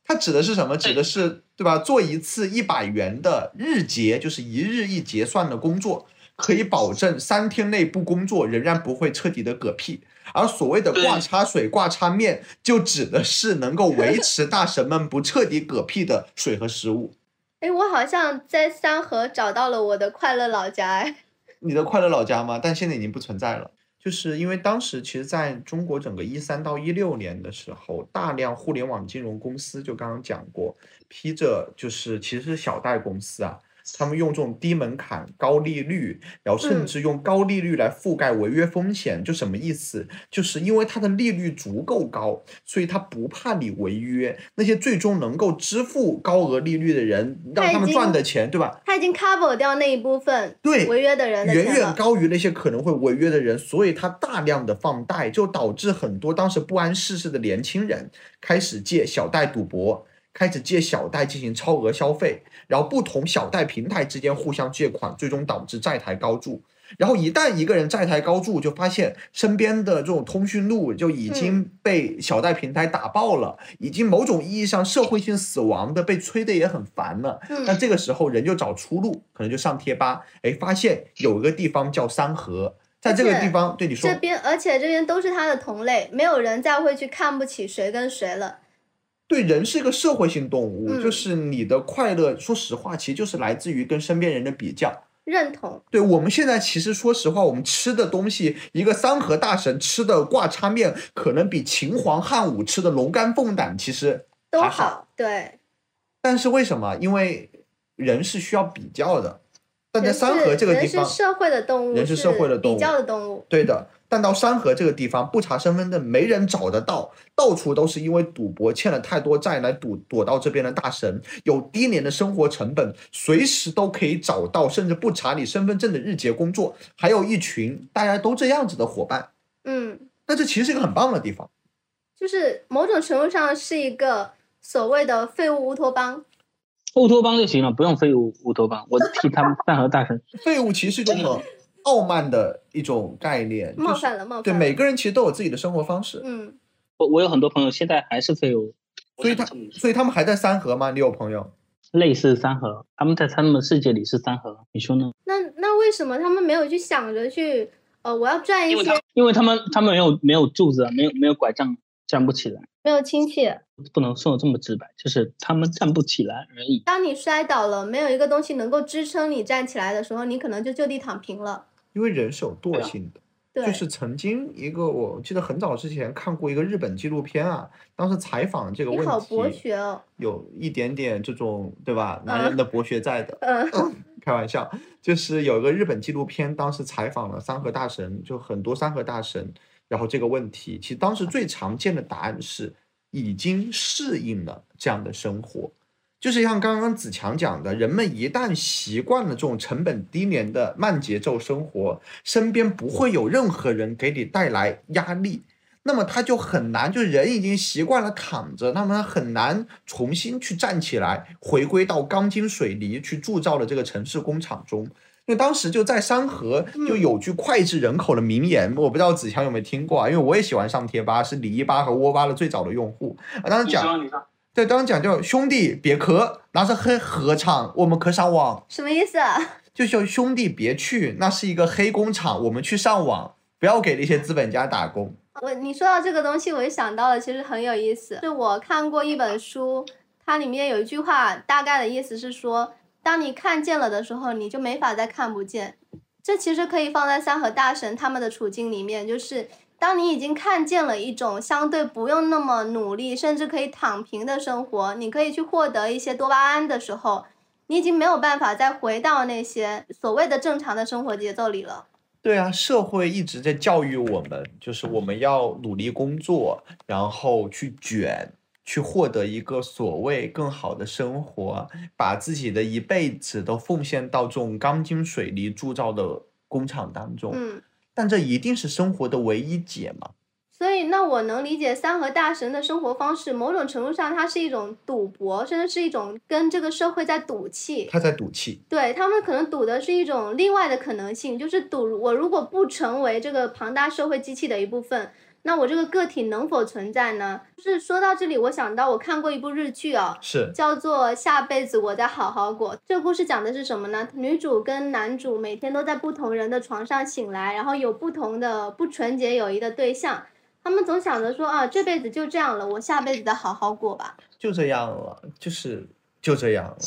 它指的是什么？指的是对吧？做一次一百元的日结，就是一日一结算的工作，可以保证三天内不工作仍然不会彻底的嗝屁。而所谓的
对
挂叉水、挂叉面，就指的是能够维持大神们不彻底嗝屁的水和食物。
哎，我好像在三河找到了我的快乐老家，哎，
你的快乐老家吗？但现在已经不存在了。就是因为当时其实在中国整个一三到一六年的时候，大量互联网金融公司就刚刚讲过，披着就是其实是小贷公司啊，他们用这种低门槛、高利率，然后甚
嗯
至用高利率来覆盖违约风险，就什么意思？就是因为它的利率足够高，所以它不怕你违约。那些最终能够支付高额利率的人，让
他
他
已
们
经
赚的钱，对吧？
他已经 cover 掉那一部分
对，
违约的人的
哎远
钱
远
了。
高于那些可能会违约的人，所以他大量的放贷，就导致很多当时不谙世事的年轻人开始借小贷赌博，开始借小贷进行超额消费，然后不同小贷平台之间互相借款，最终导致债台高筑。然后一旦一个人债台高筑，就发现身边的这种通讯录就已经
嗯
被小贷平台打爆了，已经某种意义上社会性死亡的被催的也很烦了。那
嗯，
这个时候人就找出路，可能就上贴吧，哎，发现有一个地方叫三河，在这个地方对你说
这，边而且这边都是他的同类，没有人再会去看不起谁跟谁了。
对人是一个社会性动物，
嗯
就是你的快乐，说实话，其实就是来自于跟身边人的比较。
认同，
对我们现在其实说实话，我们吃的东西，一个三河大神吃的挂叉面，可能比秦皇汉武吃的龙肝凤胆其实
都
还
好，对，
但是为什么？因为人是需要比较的，但在
人
三
是
河这个地方，
人是社会的动物，
人是社会的动物
比较的动物，
对的，但到山河这个地方，不查身份证没人找得到，到处都是因为赌博欠了太多债来躲躲到这边的大神，有低廉的生活成本，随时都可以找到，甚至不查你身份证的日结工作，还有一群大家都这样子的伙伴，
嗯，
那这其实是一个很棒的地方。
就是某种程度上是一个所谓的废物乌托邦。
乌托邦就行了，不用废物乌托邦，我替他们饭盒大神。
废物其实是一种很傲慢的一种概念，就
冒
是
犯了，冒
对
犯了。
每个人其实都有自己的生活方式，
嗯，
我我有很多朋友现在还是废物，
我
所以
想
他
这么说
所以他们还在三河吗？你有朋友？
类似三合，他们在他们的世界里是三合。你说呢？
那那为什么他们没有去想着去，呃，我要赚一
因为
些
他
因为他们他们没有没有柱子啊，没有没有拐杖，站不起来。
没有亲戚？
不能说的这么直白，就是他们站不起来而已。
当你摔倒了，没有一个东西能够支撑你站起来的时候，你可能就就地躺平了。
因为人是有惰
对啊
性的。
对，
就是曾经一个，我记得很早之前看过一个日本纪录片啊，当时采访这个
你
问
好博
题，
学哦。
有一点点这种对吧，男人的博学在的，
嗯
开玩笑，就是有一个日本纪录片，当时采访了三河大神，就很多三河大神，然后这个问题，其实当时最常见的答案是已经适应了这样的生活，就是像刚刚子强讲的，人们一旦习惯了这种成本低廉的慢节奏生活，身边不会有任何人给你带来压力，那么他就很难，就人已经习惯了躺着，那么他很难重新去站起来，回归到钢筋水泥去铸造的这个城市工厂中。因为当时就在山河就有句脍炙人口的名言，我不知道子强有没有听过啊？因为我也喜欢上贴吧，是李一吧和窝吧的最早的用户啊。当时
你
讲
说你说，
对，当时讲就兄弟别咳，拿着黑合唱，我们可上网。
什么意思啊？
就叫兄弟别去，那是一个黑工厂，我们去上网，不要给那些资本家打工。
我你说到这个东西，我就想到了，其实很有意思。是我看过一本书，它里面有一句话，大概的意思是说，当你看见了的时候，你就没法再看不见。这其实可以放在三和大神他们的处境里面，就是当你已经看见了一种相对不用那么努力，甚至可以躺平的生活，你可以去获得一些多巴胺的时候，你已经没有办法再回到那些所谓的正常的生活节奏里了。
对啊，社会一直在教育我们，就是我们要努力工作，然后去卷，去获得一个所谓更好的生活，把自己的一辈子都奉献到这种钢筋水泥铸造的工厂当中。
嗯。
但这一定是生活的唯一解吗？
所以，那我能理解三和大神的生活方式，某种程度上，它是一种赌博，甚至是一种跟这个社会在赌气。
他在赌气。
对他们可能赌的是一种另外的可能性，就是赌我如果不成为这个庞大社会机器的一部分，那我这个个体能否存在呢？就是说到这里，我想到我看过一部日剧哦，
是
叫做《下辈子我再好好过》。这个故事讲的是什么呢？女主跟男主每天都在不同人的床上醒来，然后有不同的不纯洁友谊的对象。他们总想着说啊，这辈子就这样了，我下辈子再好好过吧。
就这样了，就是就这样了。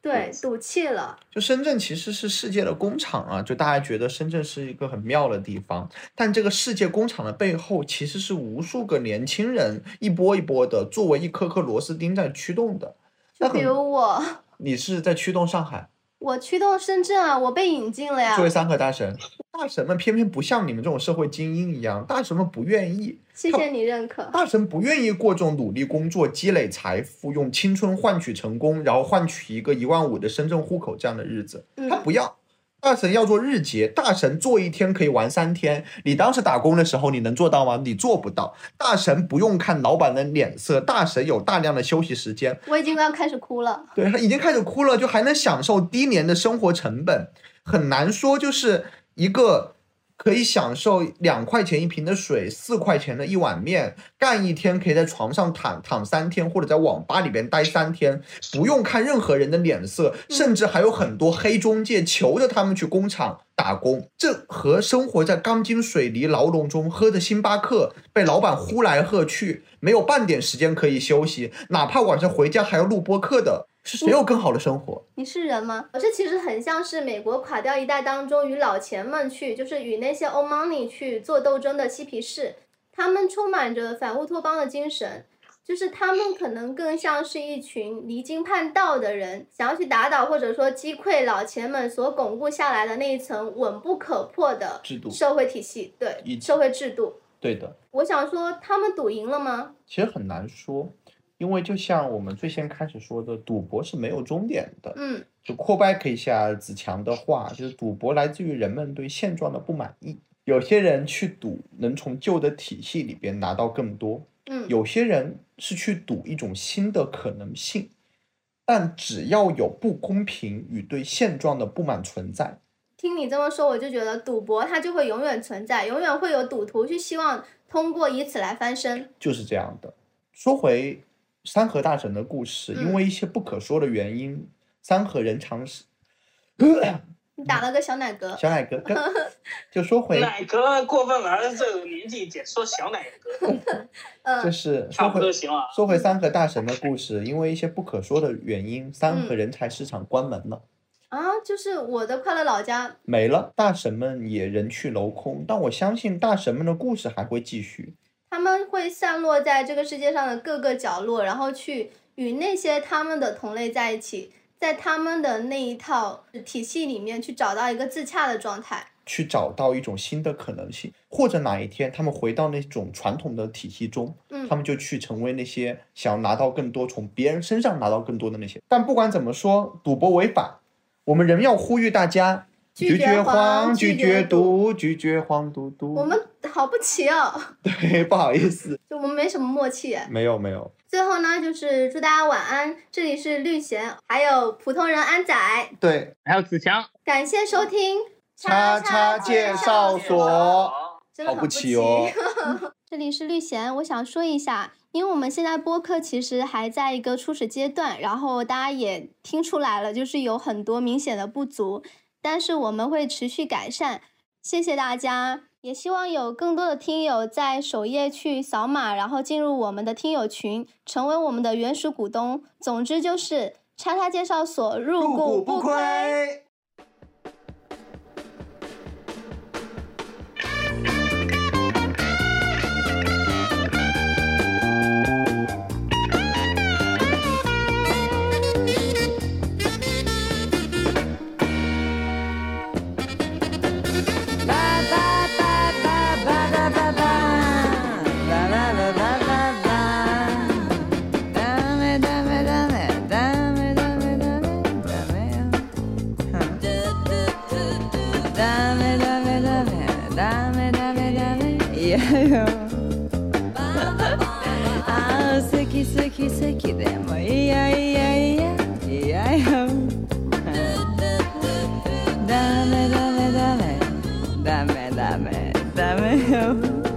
对，赌气了。
就深圳其实是世界的工厂啊，就大家觉得深圳是一个很妙的地方，但这个世界工厂的背后其实是无数个年轻人一波一波的作为一颗颗螺丝钉在驱动的。
就
那
比
很
如我，
你是在驱动上海
我驱动深圳啊，我被引进了呀
作。为三和大神，大神们偏偏不像你们这种社会精英一样，大神们不愿意，
谢谢你认可。
大神不愿意过这种努力工作、积累财富、用青春换取成功，然后换取一个一万五的深圳户口这样的日子，
嗯
他，不要。大神要做日结，大神做一天可以玩三天。你当时打工的时候，你能做到吗？你做不到。大神不用看老板的脸色，大神有大量的休息时间，
我已经要开始哭了。
对他已经开始哭了，就还能享受低廉的生活成本，很难说就是一个可以享受两块钱一瓶的水、四块钱的一碗面，干一天可以在床上躺躺三天，或者在网吧里边待三天，不用看任何人的脸色，甚至还有很多黑中介求着他们去工厂。打工，这和生活在钢筋水泥牢笼中喝着星巴克，被老板呼来喝去，没有半点时间可以休息，哪怕晚上回家还要录播客的，是谁有更好的生活？
你是人吗？这其实很像是美国垮掉一代当中与老钱们去，就是与那些 old money 去做斗争的嬉皮士，他们充满着反乌托邦的精神，就是他们可能更像是一群离经叛道的人，想要去打倒或者说击溃老钱们所巩固下来的那一层稳不可破的
制度
社会体系，对
以及
社会制度。
对的，
我想说，他们赌赢了吗？
其实很难说，因为就像我们最先开始说的，赌博是没有终点的。
嗯，
就 callback 一下子强的话，就是赌博来自于人们对现状的不满意。有些人去赌，能从旧的体系里边拿到更多，
嗯，
有些人是去赌一种新的可能性，但只要有不公平与对现状的不满存在，
听你这么说，我就觉得赌博它就会永远存在，永远会有赌徒去希望通过以此来翻身。
就是这样的。说回山河大神的故事，因
嗯
为一些不可说的原因，山河人常是
你打了个小奶嗝，
小奶哥跟就说回，
奶哥过分了，这个年纪姐说小奶哥
就
嗯
是
差
说
不
回
多行了啊。
说回三河大神的故事，因为一些不可说的原因，三
嗯
河人才市场关门了。
啊，就是我的快乐老家，
没了，大神们也人去楼空，但我相信大神们的故事还会继续。
他们会散落在这个世界上的各个角落，然后去与那些他们的同类在一起，在他们的那一套体系里面去找到一个自洽的状态。
去找到一种新的可能性，或者哪一天他们回到那种传统的体系中，
嗯
他们就去成为那些想要拿到更多、从别人身上拿到更多的那些。但不管怎么说，赌博违法，我们仍要呼吁大家
拒
拒
绝
绝
黄
黄、
拒
拒
绝
绝毒、拒绝黄赌毒。
我们好不齐哦，
对， 不好意思，
就我们没什么默契哎。
没有没有，
最后呢，就是祝大家晚安。这里是绿贤，还有普通人安仔，
对，
还有子强，
感谢收听。
叉叉介绍所，
真的很
好不
齐
起哦。
这里是绿贤，我想说一下，因为我们现在播客其实还在一个初始阶段，然后大家也听出来了，就是有很多明显的不足，但是我们会持续改善。谢谢大家，也希望有更多的听友在首页去扫码，然后进入我们的听友群，成为我们的原始股东。总之就是叉叉介绍所 入股不亏。
ああ好き好き好きでもいやいやいやいやよダメダメダメダメダメダメよ